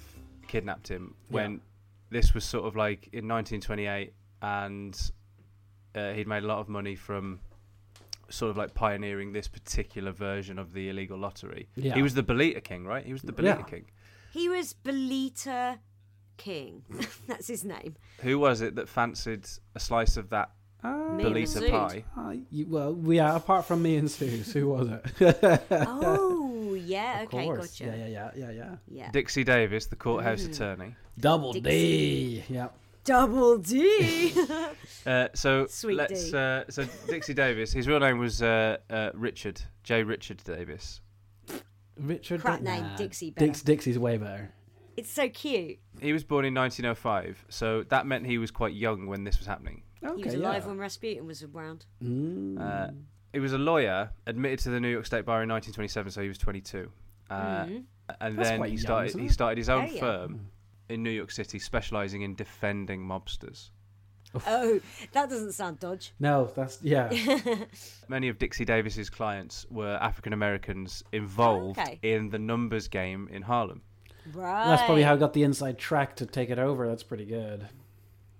[SPEAKER 3] kidnapped him when this was sort of like in 1928, and uh, he'd made a lot of money from sort of like pioneering this particular version of the illegal lottery.
[SPEAKER 2] Yeah.
[SPEAKER 3] He was the Belita King, right? He was the Belita
[SPEAKER 2] Yeah.
[SPEAKER 3] King.
[SPEAKER 1] He was Belita King. That's his name.
[SPEAKER 3] Who was it that fancied a slice of that
[SPEAKER 2] Ah.
[SPEAKER 1] Me and
[SPEAKER 3] Belita
[SPEAKER 1] Masood.
[SPEAKER 3] pie?
[SPEAKER 2] Uh, you, well, yeah. Apart from me and Suze, who was it?
[SPEAKER 1] Oh, yeah.
[SPEAKER 2] Of
[SPEAKER 1] okay,
[SPEAKER 2] course.
[SPEAKER 1] gotcha.
[SPEAKER 2] Yeah, yeah, yeah, yeah, yeah.
[SPEAKER 1] Yeah.
[SPEAKER 3] Dixie Davis, the courthouse attorney.
[SPEAKER 2] Double
[SPEAKER 1] Dixie.
[SPEAKER 2] D. Yep.
[SPEAKER 1] Double D.
[SPEAKER 3] Uh, so
[SPEAKER 1] Sweet
[SPEAKER 3] let's.
[SPEAKER 1] D.
[SPEAKER 3] Uh, so Dixie Davis. His real name was uh, uh, Richard J. Richard Davis.
[SPEAKER 2] Richard.
[SPEAKER 1] Crap
[SPEAKER 2] Dick-
[SPEAKER 1] name, Dixie better.
[SPEAKER 2] Dix, Dixie's way better.
[SPEAKER 1] it's so cute.
[SPEAKER 3] He was born in 1905, so that meant he was quite young when this was happening.
[SPEAKER 2] Okay,
[SPEAKER 1] He was alive
[SPEAKER 2] yeah.
[SPEAKER 1] when Rasputin was around.
[SPEAKER 3] Uh,
[SPEAKER 2] Hmm.
[SPEAKER 3] he was a lawyer, admitted to the New York State Bar in 1927, so he was 22. Uh,
[SPEAKER 1] Mm-hmm.
[SPEAKER 3] And
[SPEAKER 2] Hmm. That's
[SPEAKER 3] then
[SPEAKER 2] quite
[SPEAKER 3] he
[SPEAKER 2] young,
[SPEAKER 3] started
[SPEAKER 2] isn't
[SPEAKER 3] he
[SPEAKER 2] it?
[SPEAKER 3] started his own
[SPEAKER 1] Very young.
[SPEAKER 3] firm in New York City, specialising in defending mobsters.
[SPEAKER 1] Oh, that doesn't sound dodge.
[SPEAKER 2] No, that's yeah.
[SPEAKER 3] Many of Dixie Davis's clients were African Americans involved
[SPEAKER 1] Okay.
[SPEAKER 3] in the numbers game in Harlem.
[SPEAKER 1] Right.
[SPEAKER 2] that's probably how I got the inside track to take it over. That's pretty good.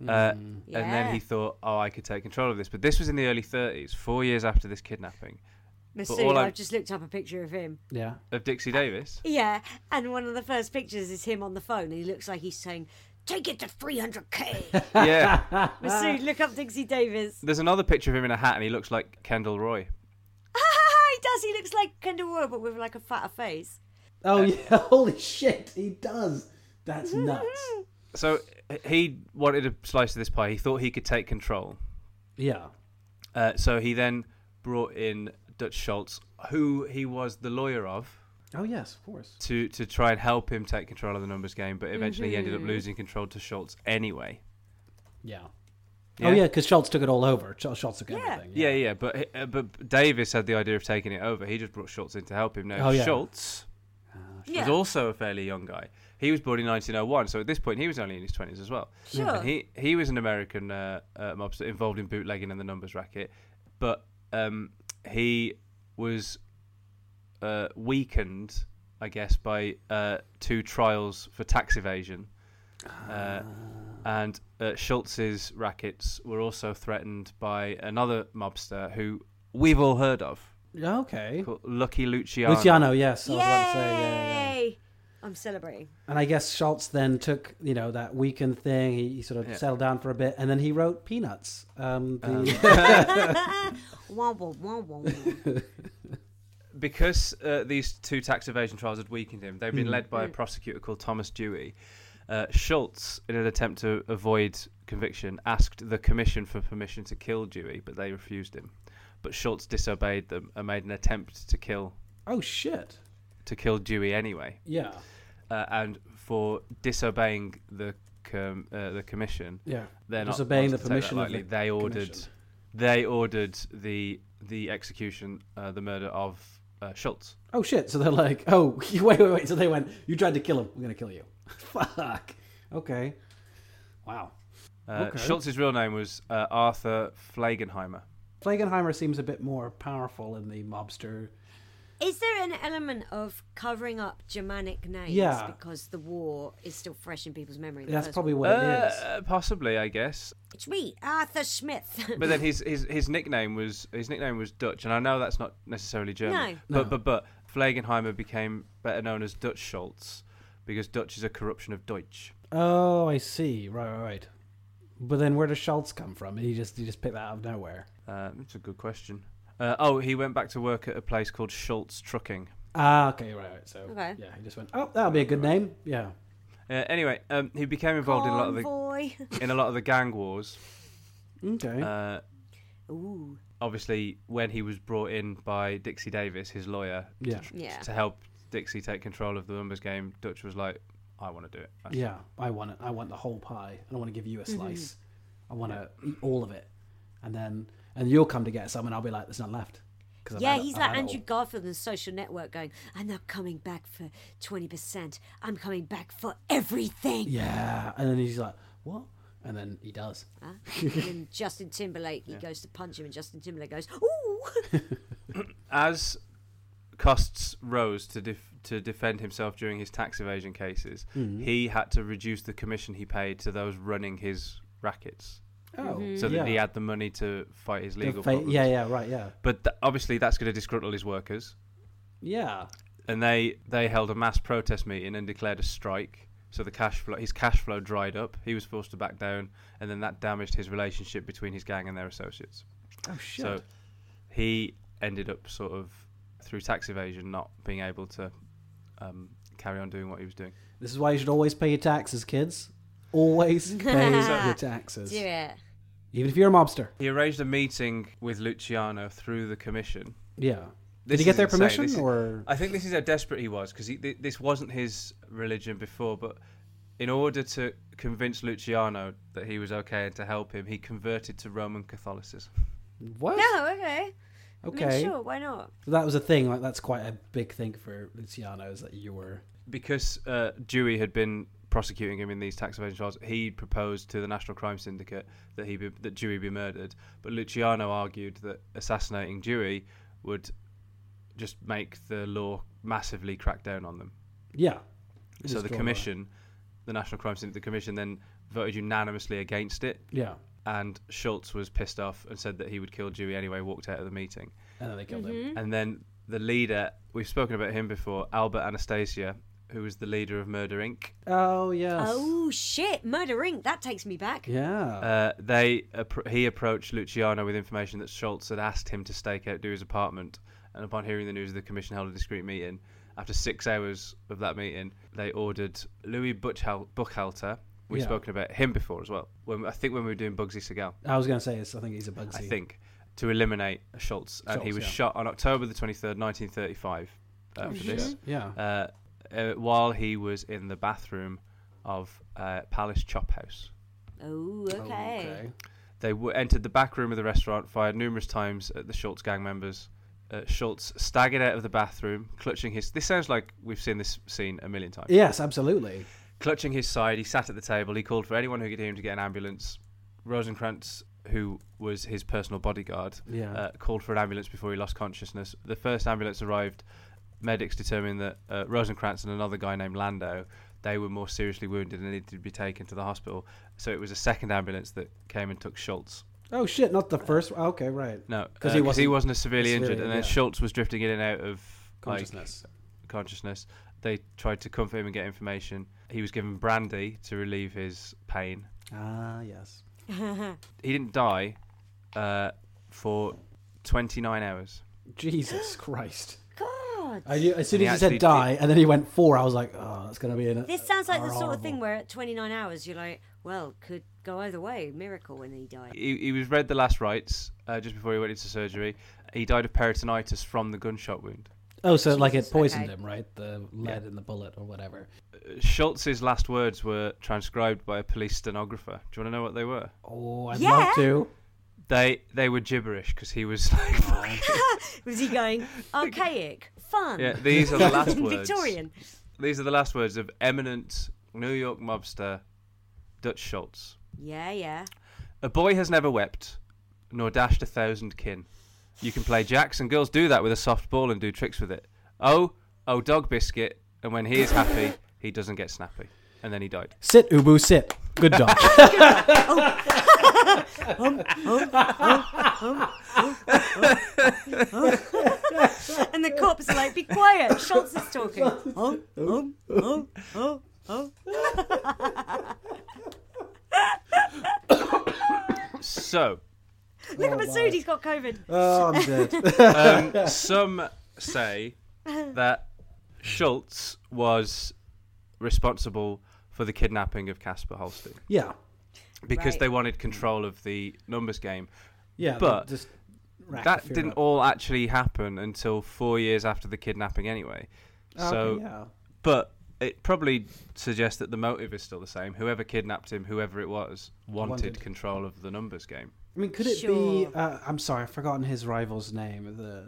[SPEAKER 2] Hmm.
[SPEAKER 3] Uh, And
[SPEAKER 1] Yeah.
[SPEAKER 3] then he thought, oh, I could take control of this. But this was in the early 30s, four years after this kidnapping all
[SPEAKER 1] Masood,
[SPEAKER 3] I'm-
[SPEAKER 1] I've just looked up a picture of him.
[SPEAKER 2] Yeah.
[SPEAKER 3] of Dixie Davis.
[SPEAKER 1] Yeah, and one of the first pictures is him on the phone, and he looks like he's saying, "Take it to 300k."
[SPEAKER 3] yeah.
[SPEAKER 1] Masood, look up Dixie Davis.
[SPEAKER 3] There's another picture of him in a hat, and he looks like Kendall Roy.
[SPEAKER 1] he does. He looks like Kendall Roy, but with like a fatter face.
[SPEAKER 2] Oh
[SPEAKER 3] uh,
[SPEAKER 2] yeah. Holy shit, he does. That's nuts.
[SPEAKER 3] So h- he wanted a slice of this pie. He thought he could take control.
[SPEAKER 2] Yeah.
[SPEAKER 3] Uh, so he then brought in Dutch Schultz, who he was the lawyer of,
[SPEAKER 2] Oh yes, of course.
[SPEAKER 3] to, to try and help him take control of the numbers game. But eventually he ended up losing control to Schultz anyway.
[SPEAKER 2] Yeah.
[SPEAKER 3] Yeah.
[SPEAKER 2] Oh yeah, because Schultz took it all over. Sch- Schultz took
[SPEAKER 1] Yeah.
[SPEAKER 2] everything.
[SPEAKER 3] Yeah, yeah. But uh, but Davis had the idea of taking it over. He just brought Schultz in to help him. Now
[SPEAKER 2] Oh, yeah.
[SPEAKER 3] Schultz was
[SPEAKER 1] Yeah,
[SPEAKER 3] also a fairly young guy. He was born in 1901, so at this point he was only in his 20s as well.
[SPEAKER 1] Sure.
[SPEAKER 3] And he he was an American uh, uh, mobster involved in bootlegging and the numbers racket, but um, he was uh, weakened, I guess, by uh, two trials for tax evasion. Uh, and uh, Schultz's rackets were also threatened by another mobster who we've all heard of,
[SPEAKER 2] Yeah. Okay.
[SPEAKER 3] called Lucky Luciano.
[SPEAKER 2] Luciano, yes, I was about to say, yeah, yeah, yeah.
[SPEAKER 1] Yay! I'm celebrating.
[SPEAKER 2] And I guess Schultz then took, you know, that weekend thing. He, he sort of settled down for a bit, and then he wrote Peanuts. Um,
[SPEAKER 3] Uh.
[SPEAKER 2] the,
[SPEAKER 1] Wah, wah, wah, wah, wah.
[SPEAKER 3] because uh, these two tax evasion trials had weakened him, they've
[SPEAKER 2] Hmm.
[SPEAKER 3] been led by a prosecutor called Thomas Dewey. Uh, Schultz, in an attempt to avoid conviction, asked the commission for permission to kill Dewey, but they refused him. But Schultz disobeyed them and made an attempt to kill
[SPEAKER 2] oh shit!
[SPEAKER 3] to kill Dewey anyway.
[SPEAKER 2] Yeah,
[SPEAKER 3] Uh, and for disobeying the com- uh, the commission,
[SPEAKER 2] yeah.
[SPEAKER 3] they're not
[SPEAKER 2] Disobeying
[SPEAKER 3] ones
[SPEAKER 2] the
[SPEAKER 3] to take that
[SPEAKER 2] permission of
[SPEAKER 3] lightly.
[SPEAKER 2] the
[SPEAKER 3] they ordered,
[SPEAKER 2] commission.
[SPEAKER 3] they ordered the the execution, uh, the murder of uh, Schultz.
[SPEAKER 2] Oh shit! So they're like, oh wait, wait, wait. So they went, you tried to kill him. We're gonna kill you. Fuck. Okay. Wow.
[SPEAKER 3] Uh,
[SPEAKER 2] Okay.
[SPEAKER 3] Schultz's real name was uh, Arthur Flagenheimer.
[SPEAKER 2] Flagenheimer seems a bit more powerful in the mobster.
[SPEAKER 1] Is there an element of covering up Germanic names
[SPEAKER 2] Yeah.
[SPEAKER 1] because the war is still fresh in people's memory? the
[SPEAKER 2] That's
[SPEAKER 1] first
[SPEAKER 2] probably
[SPEAKER 1] one?
[SPEAKER 2] what it is.
[SPEAKER 3] Uh, possibly, I guess.
[SPEAKER 1] It's me, Arthur Smith.
[SPEAKER 3] But then his, his his nickname was his nickname was Dutch, and I know that's not necessarily German.
[SPEAKER 1] No.
[SPEAKER 3] But but but Flagenheimer became better known as Dutch Schultz because Dutch is a corruption of Deutsch.
[SPEAKER 2] Oh, I see. Right, right, right. But then where does Schultz come from? He just he just picked that out of nowhere.
[SPEAKER 3] Uh, it's a good question. Uh, oh, he went back to work at a place called Schultz Trucking.
[SPEAKER 2] Ah, okay, right, right. So
[SPEAKER 1] Okay.
[SPEAKER 2] yeah, he just went. Oh, that'll be a good name. Yeah.
[SPEAKER 3] Uh, anyway, um, he became involved in a lot of the
[SPEAKER 1] Convoy.
[SPEAKER 3] in a lot of the gang wars.
[SPEAKER 2] Okay.
[SPEAKER 3] Uh,
[SPEAKER 1] Ooh,
[SPEAKER 3] obviously, when he was brought in by Dixie Davis, his lawyer,
[SPEAKER 2] yeah.
[SPEAKER 1] yeah.
[SPEAKER 3] to help Dixie take control of the numbers game, Dutch was like, I want to do it. That's-
[SPEAKER 2] Yeah, I want it. I want the whole pie. I don't want to give you
[SPEAKER 1] Mm-hmm.
[SPEAKER 2] a slice. I want to eat all of it, and then and you'll come to get some, and I'll be like, "There's none left." 'Cause I've
[SPEAKER 1] Yeah,
[SPEAKER 2] had it-
[SPEAKER 1] he's
[SPEAKER 2] I've
[SPEAKER 1] like
[SPEAKER 2] had it
[SPEAKER 1] Andrew
[SPEAKER 2] all.
[SPEAKER 1] Garfield in Social Network going, I'm not coming back for 20%. I'm coming back for everything.
[SPEAKER 2] Yeah, and then he's like, "What?" And then he does.
[SPEAKER 1] Huh? and then Justin Timberlake, he goes to punch him, and Justin Timberlake goes, Ooh!
[SPEAKER 3] As costs rose to def- to defend himself during his tax evasion Mm-hmm.
[SPEAKER 2] Mm-hmm.
[SPEAKER 3] cases, he had to reduce the commission he paid to those running his rackets.
[SPEAKER 1] Mm-hmm.
[SPEAKER 2] Oh,
[SPEAKER 3] so that
[SPEAKER 2] yeah.
[SPEAKER 3] he had the money to fight his
[SPEAKER 2] The
[SPEAKER 3] legal
[SPEAKER 2] fa-
[SPEAKER 3] problems.
[SPEAKER 2] yeah, yeah, right, yeah,
[SPEAKER 3] But th- obviously, that's going to disgruntle his workers.
[SPEAKER 2] yeah.
[SPEAKER 3] and they they held a mass protest meeting and declared a strike. So the cash flow, his cash flow dried up. He was forced to back down, and then that damaged his relationship between his gang and their associates.
[SPEAKER 2] Oh shit.
[SPEAKER 3] So he ended up sort of through tax evasion, not being able to um, carry on doing what he was doing.
[SPEAKER 2] this is why you should always pay your taxes, kids. Always pay your taxes,
[SPEAKER 1] Do it.
[SPEAKER 2] even if you're a mobster.
[SPEAKER 3] He arranged a meeting with Luciano through the commission.
[SPEAKER 2] Yeah.
[SPEAKER 3] This
[SPEAKER 2] Did he
[SPEAKER 3] is
[SPEAKER 2] get their
[SPEAKER 3] insane.
[SPEAKER 2] permission
[SPEAKER 3] This is-
[SPEAKER 2] or?
[SPEAKER 3] I think this is how desperate he was because th- this wasn't his religion before, but in order to convince Luciano that he was okay and to help him, he converted to Roman Catholicism.
[SPEAKER 2] What?
[SPEAKER 1] No, okay. I
[SPEAKER 2] Oh. Okay.
[SPEAKER 1] mean, sure, why not?
[SPEAKER 2] That was a thing. Like that's quite a big thing for Luciano is that you were.
[SPEAKER 3] Because uh, Dewey had been prosecuting him in these tax evasion trials, he proposed to the National Crime Syndicate that he be, that Dewey be murdered, but Luciano argued that assassinating Dewey would just make the law massively crack down on them.
[SPEAKER 2] Yeah.
[SPEAKER 3] so
[SPEAKER 2] Just
[SPEAKER 3] the
[SPEAKER 2] draw a line.
[SPEAKER 3] commission, the National Crime Syndicate, the commission then voted unanimously against it,
[SPEAKER 2] Yeah.
[SPEAKER 3] and Schultz was pissed off and said that he would kill Dewey anyway. Walked out of the meeting,
[SPEAKER 2] And then they killed
[SPEAKER 1] Mm-hmm.
[SPEAKER 2] him.
[SPEAKER 3] and then the leader we've spoken about him before, Albert Anastasia, who was the leader of Murder Inc.
[SPEAKER 2] Oh yes.
[SPEAKER 1] Oh shit, Murder Inc. That takes me back.
[SPEAKER 2] Yeah.
[SPEAKER 3] Uh, they appro- he approached Luciano with information that Schultz had asked him to stake out Dewey's apartment, and upon hearing the news, the commission held a discreet meeting. After six hours of that meeting, they ordered Louis Buchhal- Buchhalter. We've
[SPEAKER 2] Yeah.
[SPEAKER 3] spoken about him before as well. When I think when we were doing Bugsy Segal,
[SPEAKER 2] I was gonna say it's, I think he's a Bugsy.
[SPEAKER 3] I think to eliminate Schultz, and he
[SPEAKER 2] Schultz,
[SPEAKER 3] was
[SPEAKER 2] yeah. Oh,
[SPEAKER 3] shot on October the twenty third, nineteen thirty five. Uh, for this,
[SPEAKER 1] Mm-hmm.
[SPEAKER 2] Yeah.
[SPEAKER 3] uh, uh, while he was in the bathroom of uh, Palace Chop House.
[SPEAKER 1] Oh, okay.
[SPEAKER 2] Okay.
[SPEAKER 3] They w- entered the back room of the restaurant, fired numerous times at the Schultz gang members. Uh, Schultz staggered out of the bathroom, clutching his. This sounds like we've seen this scene a million times.
[SPEAKER 2] Yes, absolutely.
[SPEAKER 3] Clutching his side, he sat at the table. He called for anyone who could hear him to get an ambulance. Rosenkrantz, who was his personal bodyguard,
[SPEAKER 2] Yeah.
[SPEAKER 3] uh, called for an ambulance before he lost consciousness. The first ambulance arrived. Medics determined that uh, Rosenkrantz and another guy named Lando, they were more seriously wounded and needed to be taken to the hospital. So it was a second ambulance that came and took Schultz.
[SPEAKER 2] Oh shit! Not
[SPEAKER 3] uh,
[SPEAKER 2] the first. Okay, right.
[SPEAKER 3] No,
[SPEAKER 2] 'Cause
[SPEAKER 3] because
[SPEAKER 2] he
[SPEAKER 3] he, wasn't, he
[SPEAKER 2] wasn't
[SPEAKER 3] wasn't as severely
[SPEAKER 2] severely,
[SPEAKER 3] injured, and then
[SPEAKER 2] yeah.
[SPEAKER 3] Schultz was drifting in and out of like,
[SPEAKER 2] Consciousness.
[SPEAKER 3] consciousness. They tried to comfort him and get information. He was given brandy to relieve his pain.
[SPEAKER 2] Ah, yes.
[SPEAKER 3] He didn't die uh, for 29 hours.
[SPEAKER 2] Jesus Christ.
[SPEAKER 1] God.
[SPEAKER 2] I knew, as soon
[SPEAKER 3] And
[SPEAKER 2] as
[SPEAKER 3] he
[SPEAKER 2] he
[SPEAKER 3] actually
[SPEAKER 2] said
[SPEAKER 3] did-
[SPEAKER 2] die, and then he went four, I was like, oh, that's gonna be an.
[SPEAKER 1] This sounds like the
[SPEAKER 2] horrible.
[SPEAKER 1] sort of thing where at 29 hours you're like, well, could go either way. Miracle when he died.
[SPEAKER 3] He, he was read the last rites uh, just before he went into surgery. He died of peritonitis from the gunshot wound.
[SPEAKER 2] Oh, so like it
[SPEAKER 1] Jesus,
[SPEAKER 2] poisoned
[SPEAKER 1] okay.
[SPEAKER 2] him, right? The lead in the bullet or whatever.
[SPEAKER 3] Uh, Schultz's last words were transcribed by a police stenographer. Do you want to know what they were?
[SPEAKER 2] Oh, I'd
[SPEAKER 1] Yeah.
[SPEAKER 2] love to.
[SPEAKER 3] They they were gibberish because he was like,
[SPEAKER 1] Was he going archaic, fun?
[SPEAKER 3] yeah, these are the last words.
[SPEAKER 1] Victorian.
[SPEAKER 3] These are the last words of eminent New York mobster Dutch Schultz.
[SPEAKER 1] Yeah, yeah.
[SPEAKER 3] A boy has never wept, nor dashed a thousand kin. You can play jacks, and girls do that with a soft ball and do tricks with it. Oh, oh, dog biscuit, and when he is happy, he doesn't get snappy. And then he died.
[SPEAKER 2] Sit, Ubu, sit. Good dog.
[SPEAKER 1] And the corpse are like, be quiet. Schultz is talking. Oh, oh, oh, oh, oh.
[SPEAKER 3] So,
[SPEAKER 1] Look at Masood, he's got COVID.
[SPEAKER 2] oh, I'm dead.
[SPEAKER 3] um, some say that Schultz was responsible for the kidnapping of Casper Holstein
[SPEAKER 2] yeah,
[SPEAKER 3] because
[SPEAKER 1] Right.
[SPEAKER 3] they wanted control of the numbers game.
[SPEAKER 2] yeah.
[SPEAKER 3] But
[SPEAKER 2] just rack the
[SPEAKER 3] that
[SPEAKER 2] fear
[SPEAKER 3] didn't
[SPEAKER 2] up.
[SPEAKER 3] all actually happen until four years after the kidnapping anyway
[SPEAKER 2] Ah, Okay,
[SPEAKER 3] so
[SPEAKER 2] yeah.
[SPEAKER 3] but it probably suggests that the motive is still the same whoever kidnapped him whoever it was wanted,
[SPEAKER 2] Wanted.
[SPEAKER 3] control of the numbers game
[SPEAKER 2] I mean, could it
[SPEAKER 1] Sure.
[SPEAKER 2] be? Uh, I'm sorry, I've forgotten his rival's name. The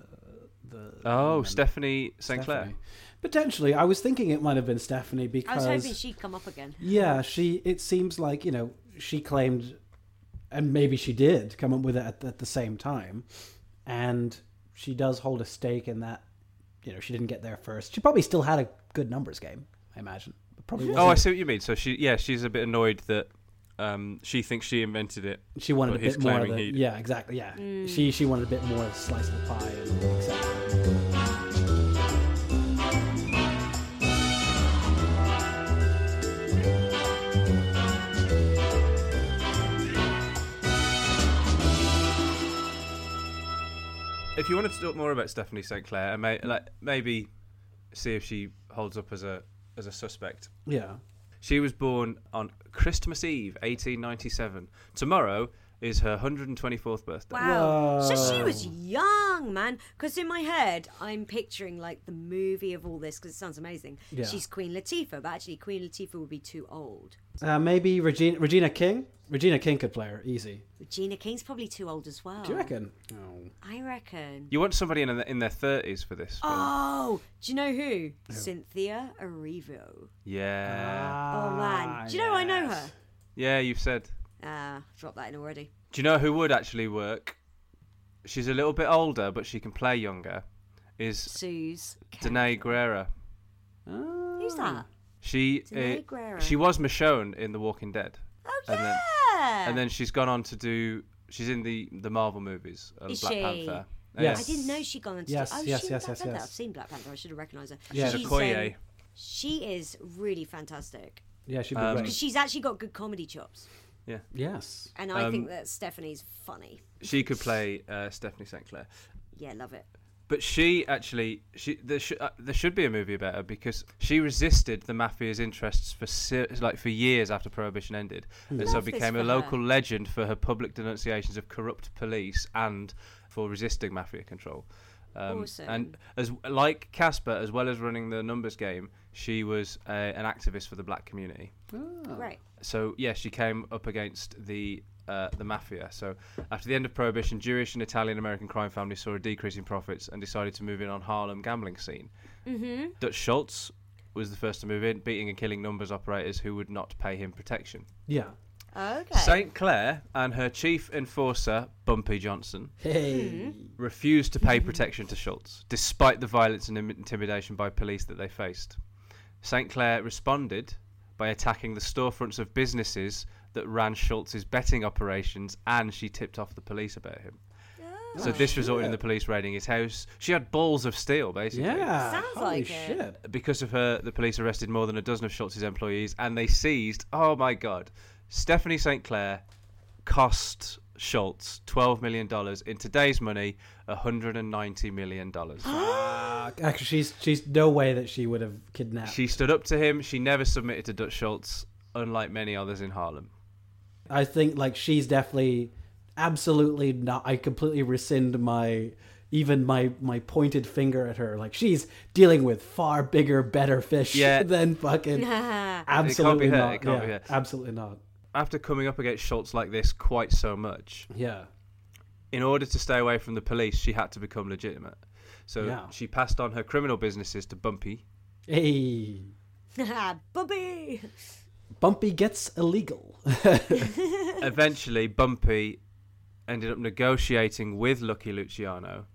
[SPEAKER 2] the
[SPEAKER 3] oh stephanie st clair
[SPEAKER 2] Stephanie. Potentially, I was thinking it might have been Stephanie
[SPEAKER 1] I
[SPEAKER 2] because
[SPEAKER 1] was hoping she'd come up again.
[SPEAKER 2] yeah, she. It seems like you know she claimed, and maybe she did come up with it at, at the same time, and she does hold a stake in that. You know, she didn't get there first. She probably still had a good numbers game, I imagine. But probably
[SPEAKER 3] oh i
[SPEAKER 2] wasn't.
[SPEAKER 3] see what you mean so she yeah she's a bit annoyed that Um, she thinks she invented it.
[SPEAKER 2] She wanted
[SPEAKER 3] but
[SPEAKER 2] a
[SPEAKER 3] he's
[SPEAKER 2] bit more of
[SPEAKER 3] claiming
[SPEAKER 2] the,
[SPEAKER 3] he-
[SPEAKER 2] yeah, exactly, yeah.
[SPEAKER 1] Mm.
[SPEAKER 2] She she wanted a bit more of the slice of the pie and et cetera.
[SPEAKER 3] If you wanted to talk more about Stephanie St Clair and may, like maybe see if she holds up as a as a suspect,
[SPEAKER 2] Yeah.
[SPEAKER 3] she was born on Christmas Eve, 1897. Tomorrow is her 124th birthday.
[SPEAKER 1] Wow. So she was young, man. Because in my head, I'm picturing like the movie of all this because it sounds amazing.
[SPEAKER 2] Yeah.
[SPEAKER 1] She's Queen Latifah, but actually, Queen Latifah would be too old.
[SPEAKER 2] Uh, maybe Regina Regina King. Regina King could play her easy.
[SPEAKER 1] Regina King's probably too old as well.
[SPEAKER 2] Do you reckon? Oh.
[SPEAKER 1] I reckon.
[SPEAKER 3] You want somebody in in their 30s for this? Phil?
[SPEAKER 1] Oh, do you know who? Cynthia Erivo.
[SPEAKER 2] Ah.
[SPEAKER 3] Yeah.
[SPEAKER 1] Oh man, do you know I know her?
[SPEAKER 3] Yeah, you've said.
[SPEAKER 1] Ah, drop that in already.
[SPEAKER 3] Do you know who would actually work? She's a little bit older, but she can play younger. Is
[SPEAKER 1] Suze. Kent.
[SPEAKER 3] Danae Guerra.
[SPEAKER 2] Oh.
[SPEAKER 1] Who's that?
[SPEAKER 3] She
[SPEAKER 1] Danae
[SPEAKER 3] uh,
[SPEAKER 1] Guerra.
[SPEAKER 3] she was Michonne in The Walking Dead.
[SPEAKER 1] Oh yeah.
[SPEAKER 3] And then- And then she's gone on to do. She's in the the Marvel movies, uh,
[SPEAKER 1] Is
[SPEAKER 3] Black
[SPEAKER 1] she?
[SPEAKER 3] Panther. Uh,
[SPEAKER 2] Yes.
[SPEAKER 1] I didn't know she'd gone into.
[SPEAKER 2] Yes,
[SPEAKER 1] oh,
[SPEAKER 2] yes,
[SPEAKER 1] she in
[SPEAKER 2] yes,
[SPEAKER 1] Black
[SPEAKER 2] yes,
[SPEAKER 1] Panther.
[SPEAKER 2] yes.
[SPEAKER 1] I've seen Black Panther. I should have recognised her.
[SPEAKER 2] Yeah.
[SPEAKER 3] She's
[SPEAKER 1] She's,
[SPEAKER 3] a
[SPEAKER 1] um,
[SPEAKER 3] Okoye.
[SPEAKER 1] she is really fantastic.
[SPEAKER 2] Yeah, she'd be
[SPEAKER 3] Um,
[SPEAKER 1] Because
[SPEAKER 2] great.
[SPEAKER 1] she's actually got good comedy chops.
[SPEAKER 3] Yeah.
[SPEAKER 2] Yes.
[SPEAKER 1] And I
[SPEAKER 2] Um,
[SPEAKER 1] think that Stephanie's funny.
[SPEAKER 3] She could play uh, Stephanie St Clair.
[SPEAKER 1] Yeah, love it.
[SPEAKER 3] But she actually, she there, sh- uh, there should be a movie about her because she resisted the mafia's interests for se- like for years after prohibition ended, and so
[SPEAKER 1] Love this
[SPEAKER 3] became a
[SPEAKER 1] for her.
[SPEAKER 3] local legend for her public denunciations of corrupt police and for resisting mafia control. Um,
[SPEAKER 1] Awesome.
[SPEAKER 3] And as like Casper, as well as running the numbers game, she was a, an activist for the black community.
[SPEAKER 2] Oh.
[SPEAKER 1] Great.
[SPEAKER 3] So yeah, she came up against the uh, the mafia. So after the end of prohibition, Jewish and Italian American crime families saw a decrease in profits and decided to move in on Harlem gambling scene. Mm-hmm. Dutch Schultz was the first to move in, beating and killing numbers operators who would not pay him protection.
[SPEAKER 2] Yeah.
[SPEAKER 1] Okay.
[SPEAKER 3] St. Clair and her chief enforcer, Bumpy Johnson,
[SPEAKER 2] Hey.
[SPEAKER 3] Hmm. refused to pay protection to Schultz, despite the violence and im- intimidation by police that they faced. St. Clair responded by attacking the storefronts of businesses that ran Schultz's betting operations, and she tipped off the police about him. So this resulted in the police raiding his house. She had balls of steel, basically.
[SPEAKER 2] Yeah.
[SPEAKER 1] Sounds
[SPEAKER 2] Holy
[SPEAKER 1] like it.
[SPEAKER 2] shit.
[SPEAKER 3] Because of her, the police arrested more than a dozen of Schultz's employees, and they seized. Oh my God, Stephanie St. Clair cost Schultz twelve million dollars in today's money, hundred and ninety million dollars.
[SPEAKER 2] Uh, actually, she's she's no way that she would have kidnapped.
[SPEAKER 3] she stood up to him. She never submitted to Dutch Schultz, unlike many others in Harlem.
[SPEAKER 2] I think like she's definitely absolutely not I completely rescind my even my my pointed finger at her. Like she's dealing with far bigger, better fish
[SPEAKER 3] Yeah.
[SPEAKER 2] than fucking absolutely
[SPEAKER 3] her,
[SPEAKER 2] not.
[SPEAKER 3] it can't
[SPEAKER 2] yeah,
[SPEAKER 3] be her.
[SPEAKER 2] Absolutely not.
[SPEAKER 3] After coming up against Schultz like this quite so much,
[SPEAKER 2] Yeah.
[SPEAKER 3] in order to stay away from the police, she had to become legitimate. So
[SPEAKER 2] Yeah.
[SPEAKER 3] she passed on her criminal businesses to Bumpy,
[SPEAKER 2] Hey.
[SPEAKER 1] Bubby.
[SPEAKER 2] Bumpy gets illegal.
[SPEAKER 3] eventually Bumpy ended up negotiating with Lucky Luciano.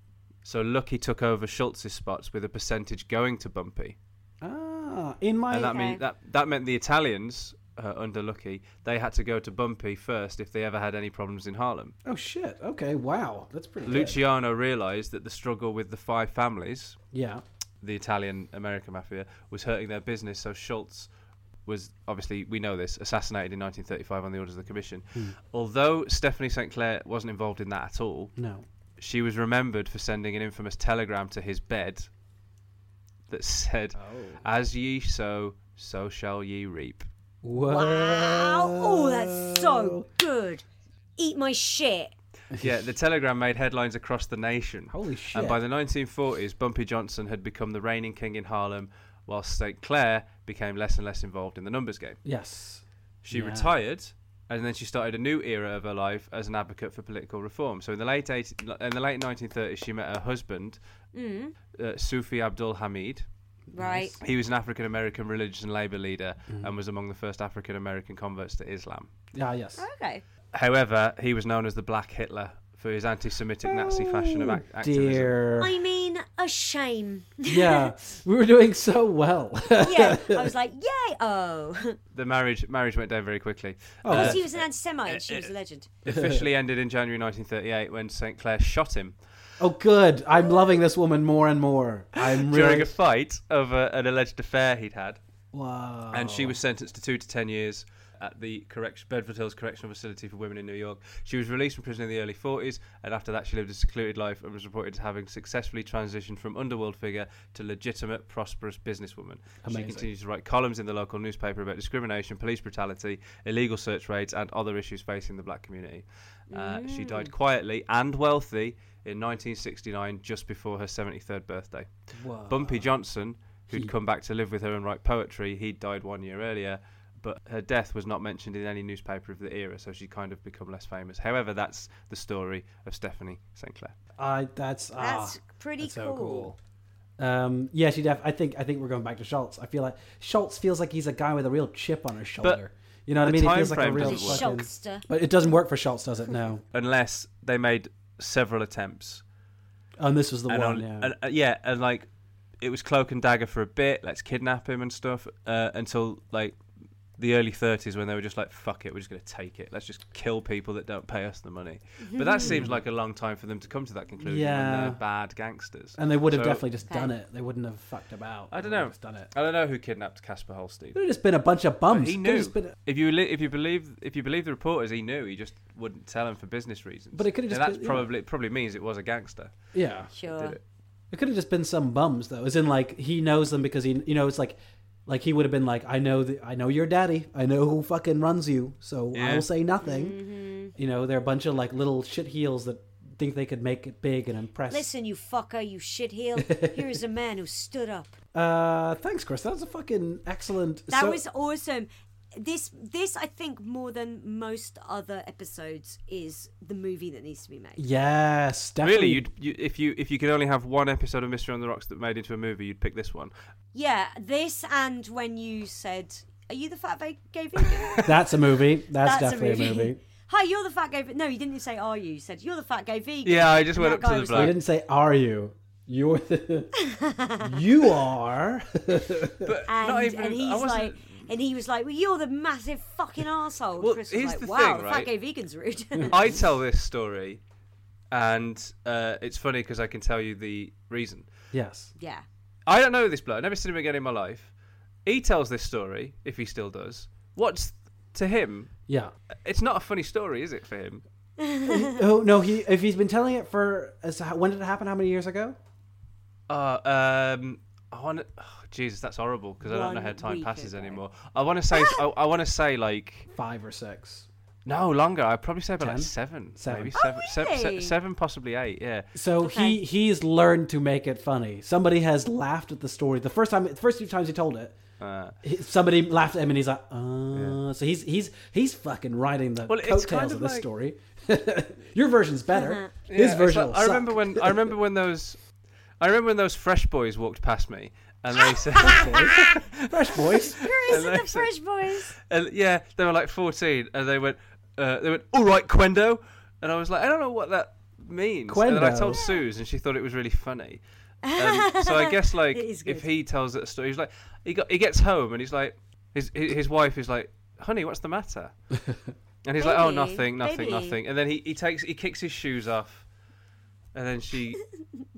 [SPEAKER 3] So Lucky took over Schultz's spots with a percentage going to Bumpy.
[SPEAKER 2] ah, in my
[SPEAKER 3] And that
[SPEAKER 1] Okay.
[SPEAKER 3] mean that that meant the Italians uh, under Lucky, they had to go to Bumpy first if they ever had any problems in Harlem.
[SPEAKER 2] Oh shit. Okay, wow. That's pretty good.
[SPEAKER 3] Luciano realized that the struggle with the five families,
[SPEAKER 2] Yeah.
[SPEAKER 3] the Italian American mafia, was hurting their business, so Schultz was obviously we know this assassinated in 1935 on the orders of the commission. Although Stephanie St. Clair wasn't involved in that at all,
[SPEAKER 2] No.
[SPEAKER 3] she was remembered for sending an infamous telegram to his bed that said,
[SPEAKER 2] Oh.
[SPEAKER 3] "As ye sow, so shall ye reap."
[SPEAKER 2] Whoa.
[SPEAKER 1] Wow. Oh, that's so good. Eat my shit.
[SPEAKER 3] yeah, the telegram made headlines across the nation.
[SPEAKER 2] Holy
[SPEAKER 3] And by
[SPEAKER 2] shit.
[SPEAKER 3] the 1940s, Bumpy Johnson had become the reigning king in Harlem, while St. Clair became less and less involved in the numbers game.
[SPEAKER 2] Yes.
[SPEAKER 3] She
[SPEAKER 2] Yeah.
[SPEAKER 3] retired, and then she started a new era of her life as an advocate for political reform. So in the late 18, in the late 1930s, she met her husband, uh, Sufi Abdul Hamid.
[SPEAKER 1] Mm, Right.
[SPEAKER 3] He was an African American religious and labor leader and was among the first African American converts to Islam.
[SPEAKER 2] Yeah, yes.
[SPEAKER 1] Okay.
[SPEAKER 3] However, he was known as the Black Hitler for his anti-Semitic Nazi fashion of ac- activism.
[SPEAKER 2] Oh, Dear.
[SPEAKER 1] I mean, a shame.
[SPEAKER 2] Yeah, we were doing so well.
[SPEAKER 1] yeah, I was like, yay! Oh,
[SPEAKER 2] Uh,
[SPEAKER 3] The marriage marriage went down very quickly. Uh,
[SPEAKER 1] because he was an anti-Semite, she was a legend.
[SPEAKER 3] officially ended in January 1938 when St Clair shot him
[SPEAKER 2] oh, good. I'm loving this woman more and more. I'm
[SPEAKER 3] during
[SPEAKER 2] really.
[SPEAKER 3] a fight over an alleged affair he'd had,
[SPEAKER 2] wow.
[SPEAKER 3] and she was sentenced to two to ten years at the correct Bedford Hills Correctional Facility for Women in New York. She was released from prison in the early 40s, and after that, she lived a secluded life and was reported as having successfully transitioned from underworld figure to legitimate, prosperous businesswoman. She continues to write columns in the local newspaper about discrimination, police brutality, illegal search raids, and other issues facing the black community. Uh, She died quietly and wealthy in 1969, just before her 73rd birthday. Bumpy Johnson, who'd come back to live with her and write poetry, he'd died one year earlier, but her death was not mentioned in any newspaper of the era, so she'd kind of become less famous. However, that's the story of Stephanie St. Clair.
[SPEAKER 2] I that's ah,
[SPEAKER 1] That's pretty
[SPEAKER 2] that's So
[SPEAKER 1] cool.
[SPEAKER 2] cool. Um, yeah, she def- I think I think we're going back to Schultz. I feel like Schultz feels like he's a guy with a real chip on his shoulder. you know what I
[SPEAKER 3] the
[SPEAKER 2] mean? He
[SPEAKER 3] time
[SPEAKER 2] feels like a
[SPEAKER 3] frame
[SPEAKER 2] real
[SPEAKER 3] doesn't work.
[SPEAKER 2] fucking-
[SPEAKER 1] Schultster.
[SPEAKER 2] But it doesn't work for Schultz, does it? No.
[SPEAKER 3] Unless they made several attempts.
[SPEAKER 2] Oh, And this was the
[SPEAKER 3] and
[SPEAKER 2] one.
[SPEAKER 3] on-
[SPEAKER 2] yeah.
[SPEAKER 3] and, uh, yeah, and like it was cloak and dagger for a bit. Let's kidnap him and stuff uh, until like the early 30s when they were just like, "Fuck it, we're just going to take it. Let's just kill people that don't pay us the money." But that seems like a long time for them to come to that conclusion. when
[SPEAKER 2] Yeah.
[SPEAKER 3] they're bad gangsters.
[SPEAKER 2] And they would have
[SPEAKER 3] So,
[SPEAKER 2] definitely just
[SPEAKER 1] Okay.
[SPEAKER 2] done it. They wouldn't have fucked about.
[SPEAKER 3] I don't
[SPEAKER 2] They would
[SPEAKER 3] know.
[SPEAKER 2] have Just done it.
[SPEAKER 3] I don't know who kidnapped Casper Holstein.
[SPEAKER 2] It would have just been a bunch of bums.
[SPEAKER 3] He
[SPEAKER 2] It would have
[SPEAKER 3] knew.
[SPEAKER 2] just been a-
[SPEAKER 3] If you li- if you believe if you believe the reporters, he knew. He just wouldn't tell him for business reasons.
[SPEAKER 2] But it could've
[SPEAKER 3] Now
[SPEAKER 2] just
[SPEAKER 3] that's
[SPEAKER 2] been- yeah.
[SPEAKER 3] probably it probably means it was a gangster.
[SPEAKER 2] yeah.
[SPEAKER 3] that Did
[SPEAKER 1] Sure.
[SPEAKER 3] it.
[SPEAKER 2] It could have just been some bums though. As in, like he knows them because he, you know, it's like, like he would have been like, I know, the, I know your daddy. I know who fucking runs you. So I
[SPEAKER 3] Yeah.
[SPEAKER 2] will say nothing.
[SPEAKER 1] Mm-hmm.
[SPEAKER 2] You know, they're a bunch of like little shit heels that think they could make it big and impress.
[SPEAKER 1] Listen, you fucker, you shitheel. Here is a man who stood up.
[SPEAKER 2] Uh, thanks, Chris. That was a fucking excellent.
[SPEAKER 1] That
[SPEAKER 2] so-
[SPEAKER 1] was awesome. This, this, I think, more than most other episodes, is the movie that needs to be made.
[SPEAKER 2] yes, definitely.
[SPEAKER 3] Really, you'd, you if you if you could only have one episode of Mystery on the Rocks that made into a movie, you'd pick this one.
[SPEAKER 1] Yeah, this and when you said, "Are you the fat va- gay vegan?"
[SPEAKER 2] That's a movie. That's, definitely a movie.
[SPEAKER 1] Hi, you're the fat gay. ve- No, you didn't say "Are you?" You said "You're the fat gay vegan."
[SPEAKER 3] Yeah, I just
[SPEAKER 1] And
[SPEAKER 3] went
[SPEAKER 1] that
[SPEAKER 3] up to
[SPEAKER 1] guy
[SPEAKER 3] the
[SPEAKER 1] was
[SPEAKER 2] We
[SPEAKER 3] bloke.
[SPEAKER 2] didn't say are you. You're you are.
[SPEAKER 3] But
[SPEAKER 1] and,
[SPEAKER 3] not even.
[SPEAKER 1] and
[SPEAKER 3] I
[SPEAKER 1] he's
[SPEAKER 3] wasn't,
[SPEAKER 1] like, and he was like, "Well, you're the massive fucking asshole."
[SPEAKER 3] Well,
[SPEAKER 1] Chris was
[SPEAKER 3] here's
[SPEAKER 1] like,
[SPEAKER 3] the
[SPEAKER 1] "Wow,
[SPEAKER 3] thing,
[SPEAKER 1] the
[SPEAKER 3] right?
[SPEAKER 1] fat gay vegan's rude."
[SPEAKER 3] I tell this story, and uh, it's funny because I can tell you the reason.
[SPEAKER 2] yes.
[SPEAKER 1] yeah,
[SPEAKER 3] I don't know this bloke. I've never seen him again in my life. He tells this story if he still does. What's to him?
[SPEAKER 2] Yeah.
[SPEAKER 3] It's not a funny story, is it for him?
[SPEAKER 2] Oh no, he if he's been telling it for as how- when did it happen? How many years ago?
[SPEAKER 3] Uh, um, I want. to Oh, Jesus, that's horrible because I don't know
[SPEAKER 1] One
[SPEAKER 3] how time
[SPEAKER 1] week
[SPEAKER 3] passes
[SPEAKER 1] ago. Ah!
[SPEAKER 3] anymore. I want to say. I, I want to say like.
[SPEAKER 2] Five or six.
[SPEAKER 3] No, longer. I'd probably say about
[SPEAKER 2] Ten?
[SPEAKER 3] like seven,
[SPEAKER 2] Seven.
[SPEAKER 3] maybe
[SPEAKER 2] Oh,
[SPEAKER 3] seven, se- se-
[SPEAKER 1] really?
[SPEAKER 3] seven, possibly eight. Yeah,
[SPEAKER 2] So he he's learned to make it funny. Somebody has laughed at the story the first time. The first few times he told it, he- somebody laughed at him, and he's like, "Uh." So he's he's he's fucking riding the
[SPEAKER 3] Well, it's
[SPEAKER 2] coattails
[SPEAKER 3] kind
[SPEAKER 2] of,
[SPEAKER 3] of
[SPEAKER 2] this
[SPEAKER 3] like-
[SPEAKER 2] story. Your version's better.
[SPEAKER 3] Yeah,
[SPEAKER 2] His
[SPEAKER 3] it's
[SPEAKER 2] version.
[SPEAKER 3] like-
[SPEAKER 2] will
[SPEAKER 3] I remember
[SPEAKER 2] suck.
[SPEAKER 3] when I remember when those, I remember when those fresh boys walked past me and they said,
[SPEAKER 2] Fresh voice.
[SPEAKER 1] Chris and the
[SPEAKER 3] Alexa.
[SPEAKER 1] Fresh Boys.
[SPEAKER 3] and yeah, they were like fourteen and they went, uh, they went, all right, Quendo, and I was like, I don't know what that means. And then I
[SPEAKER 2] Quendo.
[SPEAKER 3] told Suze and she thought it was really funny. Um, so I guess like
[SPEAKER 1] It is
[SPEAKER 3] if
[SPEAKER 1] good.
[SPEAKER 3] he tells that story, he's like, he got he gets home and he's like, his his wife is like, honey, what's the matter? And he's like, "Oh,
[SPEAKER 1] Baby,
[SPEAKER 3] nothing, nothing,
[SPEAKER 1] baby."
[SPEAKER 3] nothing." And then he, he takes he kicks his shoes off, and then she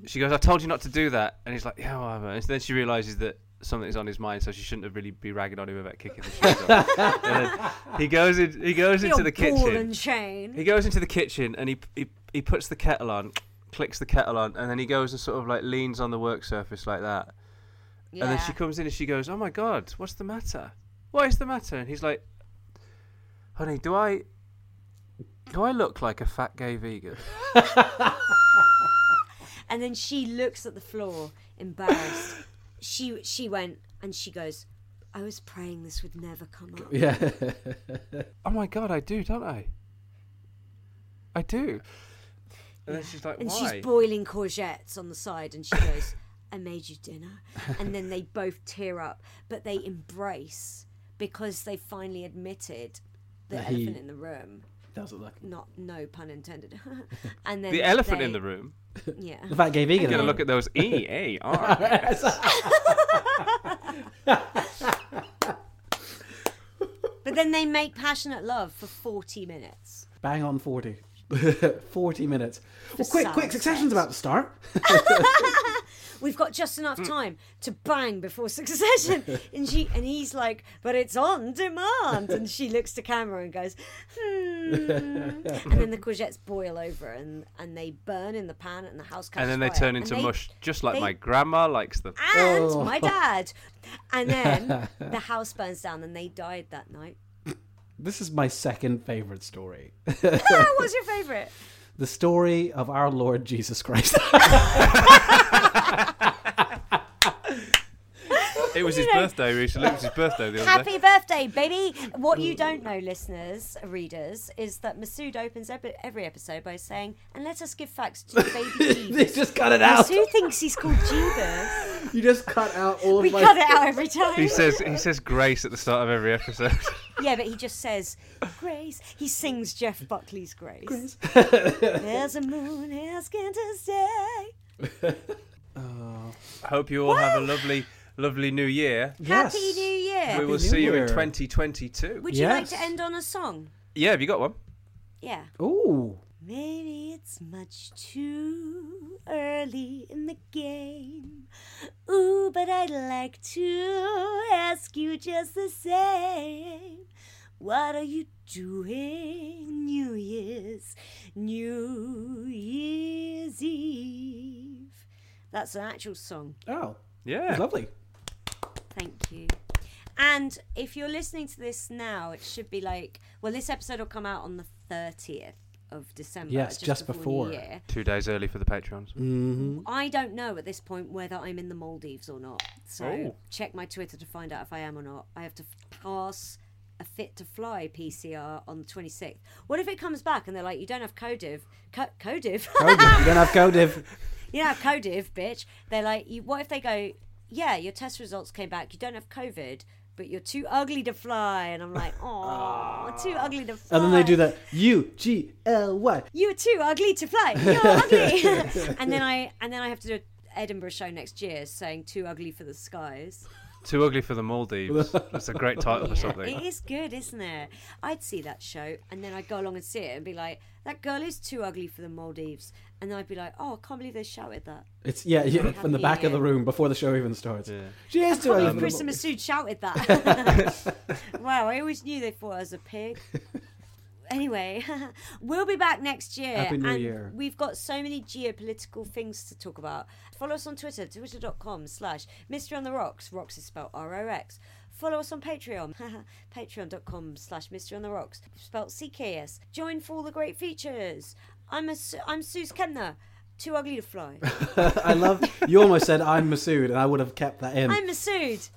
[SPEAKER 3] she goes, "I told you not to do that." And he's like, "Yeah, whatever." And then she realizes that something's on his mind, so she shouldn't have really be ragging on him about kicking the shoes off. And then he goes in, he goes into
[SPEAKER 1] Your
[SPEAKER 3] the
[SPEAKER 1] ball
[SPEAKER 3] kitchen.
[SPEAKER 1] and chain.
[SPEAKER 3] He goes into the kitchen and he, he he puts the kettle on, clicks the kettle on, and then he goes and sort of like leans on the work surface like that. And then she comes in and she goes, "Oh my god, what's the matter? What is the matter?" And he's like, "Honey, do I do I look like a fat gay vegan?"
[SPEAKER 1] And then she looks at the floor, embarrassed. she she went and she goes, "I was praying this would never come up."
[SPEAKER 2] Yeah.
[SPEAKER 3] oh my god, I do, don't I? I do. And then she's like,
[SPEAKER 1] And
[SPEAKER 3] "Why?"
[SPEAKER 1] she's boiling courgettes on the side, and she goes, "I made you dinner." And then they both tear up, but they embrace because they finally admitted the
[SPEAKER 2] That he-
[SPEAKER 1] elephant in the room.
[SPEAKER 2] Doesn't look.
[SPEAKER 1] Not no pun intended. and then
[SPEAKER 3] The elephant
[SPEAKER 1] they-
[SPEAKER 3] in the room.
[SPEAKER 1] Yeah.
[SPEAKER 2] The fat gay vegan.
[SPEAKER 3] You're gonna
[SPEAKER 2] one.
[SPEAKER 3] look at those E A R.
[SPEAKER 1] But then they make passionate love for forty minutes.
[SPEAKER 2] Bang on 40. 40 minutes. Well, quick, quick,
[SPEAKER 1] sound
[SPEAKER 2] succession's
[SPEAKER 1] effect.
[SPEAKER 2] about to start.
[SPEAKER 1] We've got just
[SPEAKER 3] Hmm.
[SPEAKER 1] enough time to bang before succession. and she and he's like, but it's on demand. And she looks to camera and goes, hmm. and then the courgettes boil over and, and they burn in the pan and the house catches
[SPEAKER 3] And then they Ah, Oh,
[SPEAKER 1] fire.
[SPEAKER 3] turn
[SPEAKER 1] And
[SPEAKER 3] into
[SPEAKER 1] they-
[SPEAKER 3] mush, just like
[SPEAKER 1] they-
[SPEAKER 3] my grandma likes them.
[SPEAKER 1] and my dad. And then the house burns down and they died that night.
[SPEAKER 2] This is my second favorite story.
[SPEAKER 1] Ah, what's your favourite?
[SPEAKER 2] The story of our Lord Jesus Christ.
[SPEAKER 3] It was his birthday recently. It was his birthday the other day.
[SPEAKER 1] Happy birthday, baby! What you don't know, listeners, readers, is that Masood opens epi- every episode by saying, "And let us give facts to baby
[SPEAKER 2] they
[SPEAKER 1] Jeebus."
[SPEAKER 2] just cut it out.
[SPEAKER 1] Masood thinks he's called Jeebus.
[SPEAKER 2] You just cut out all of
[SPEAKER 1] We
[SPEAKER 2] my.
[SPEAKER 1] cut it out every time.
[SPEAKER 3] He says he says grace at the start of every episode.
[SPEAKER 1] yeah, but he just says Grace. He sings Jeff Buckley's Grace. There's a moon asking to stay.
[SPEAKER 3] Hope you all have a lovely, lovely new year.
[SPEAKER 1] Happy New Year.
[SPEAKER 3] we will
[SPEAKER 2] New
[SPEAKER 3] see you
[SPEAKER 2] Year.
[SPEAKER 3] in 2022.
[SPEAKER 1] Would you like
[SPEAKER 2] Yes.
[SPEAKER 1] to end on a song?
[SPEAKER 3] yeah, have you got one?
[SPEAKER 1] Yeah.
[SPEAKER 2] Ooh.
[SPEAKER 1] Maybe it's much too early in the game. Ooh, but I'd like to ask you just the same. What are you doing New Year's, New Year's Eve? That's an actual song.
[SPEAKER 2] Oh.
[SPEAKER 3] Yeah.
[SPEAKER 2] Lovely.
[SPEAKER 1] Thank you. And if you're listening to this now, it should be like, well, this episode will come out on the 30th of December.
[SPEAKER 2] Yes, just before.
[SPEAKER 1] New Year.
[SPEAKER 3] Two days early for the patrons.
[SPEAKER 1] I don't know at this point whether I'm in the Maldives or not. So
[SPEAKER 3] Oh.
[SPEAKER 1] check my Twitter to find out if I am or not. I have to f- pass a fit to fly PCR on the 26th. What if it comes back and they're like, you don't have CODIV? Co- CODIV?
[SPEAKER 2] Codiv. You're going to have Codiv.
[SPEAKER 1] you don't have CODIV, bitch. They're like, you, what if they go, yeah, your test results came back, you don't have COVID, but you're too ugly to fly. And I'm like, oh, too ugly to fly.
[SPEAKER 2] Ah. And then they do that U G L Y.
[SPEAKER 1] You're too ugly to fly. You're ugly. and then I and then I have to do an Edinburgh show next year saying too ugly for the skies.
[SPEAKER 3] Too ugly for the Maldives. That's a great title for
[SPEAKER 1] It
[SPEAKER 3] something.
[SPEAKER 1] is good, isn't it? I'd see that show and then I'd go along and see it and be like, that girl is too ugly for the Maldives. And then I'd be like, oh, I can't believe they shouted that.
[SPEAKER 2] It's yeah, yeah from the back of the room before the show even starts. She is too
[SPEAKER 1] Can't
[SPEAKER 2] ugly.
[SPEAKER 1] believe Chris and Masood shouted that. wow, I always knew they thought I was a pig. Anyway, we'll be back next year.
[SPEAKER 2] Happy New
[SPEAKER 1] and
[SPEAKER 2] Year.
[SPEAKER 1] We've got so many geopolitical things to talk about. Follow us on Twitter, twitter.com slash Mystery on the Rocks. Rocks is spelled R O X. Follow us on Patreon, patreon.com slash Mystery on the Rocks, spelled C K S. Join for all the great features. I'm, a, Su- I'm Suze Kemner, too ugly to fly.
[SPEAKER 2] I love. You almost said I'm Masood, and I would have kept that in.
[SPEAKER 1] I'm Masood.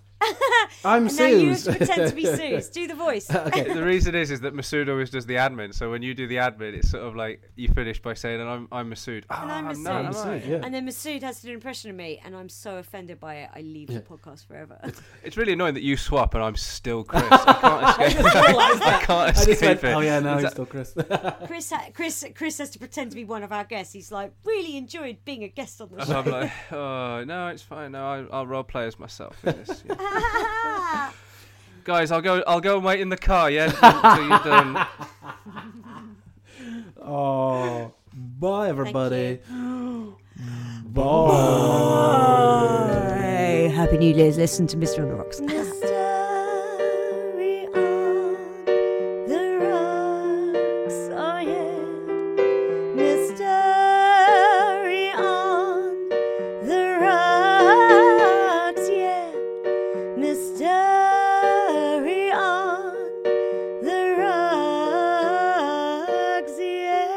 [SPEAKER 2] I'm
[SPEAKER 1] And now you have
[SPEAKER 2] Suze.
[SPEAKER 1] to pretend to be Suze. Do the voice.
[SPEAKER 3] The reason is is that Masood always does the admin, so when you do the admin, it's sort of like you finish by saying, "And I'm I'm Masood." Ah,
[SPEAKER 1] And I'm
[SPEAKER 3] I'm
[SPEAKER 1] Masood.
[SPEAKER 3] not, am I?
[SPEAKER 2] yeah.
[SPEAKER 1] And then Masood has to do an impression of me, and I'm so offended by it, I leave the podcast forever.
[SPEAKER 3] It's really annoying that you swap and I'm still Chris. I can't escape. I can't
[SPEAKER 2] I just
[SPEAKER 3] escape
[SPEAKER 2] went,
[SPEAKER 3] it.
[SPEAKER 2] oh yeah, no, he's still Chris.
[SPEAKER 1] Chris, ha- Chris, Chris has to pretend to be one of our guests. He's like, really enjoyed being a guest on the
[SPEAKER 3] So
[SPEAKER 1] show.
[SPEAKER 3] I'm like, oh no, it's fine. No, I, I'll role play as myself in this. yeah. Guys, I'll go. I'll go and wait in the car. Yeah, until you're done.
[SPEAKER 2] oh, bye everybody.
[SPEAKER 1] Hey, happy New Year's! Listen to Mr. on the Rocks. Mystery on the Rocks. Oh, yeah. Mystery on the Rocks. Yeah. Mystery on the Rocks. Yeah.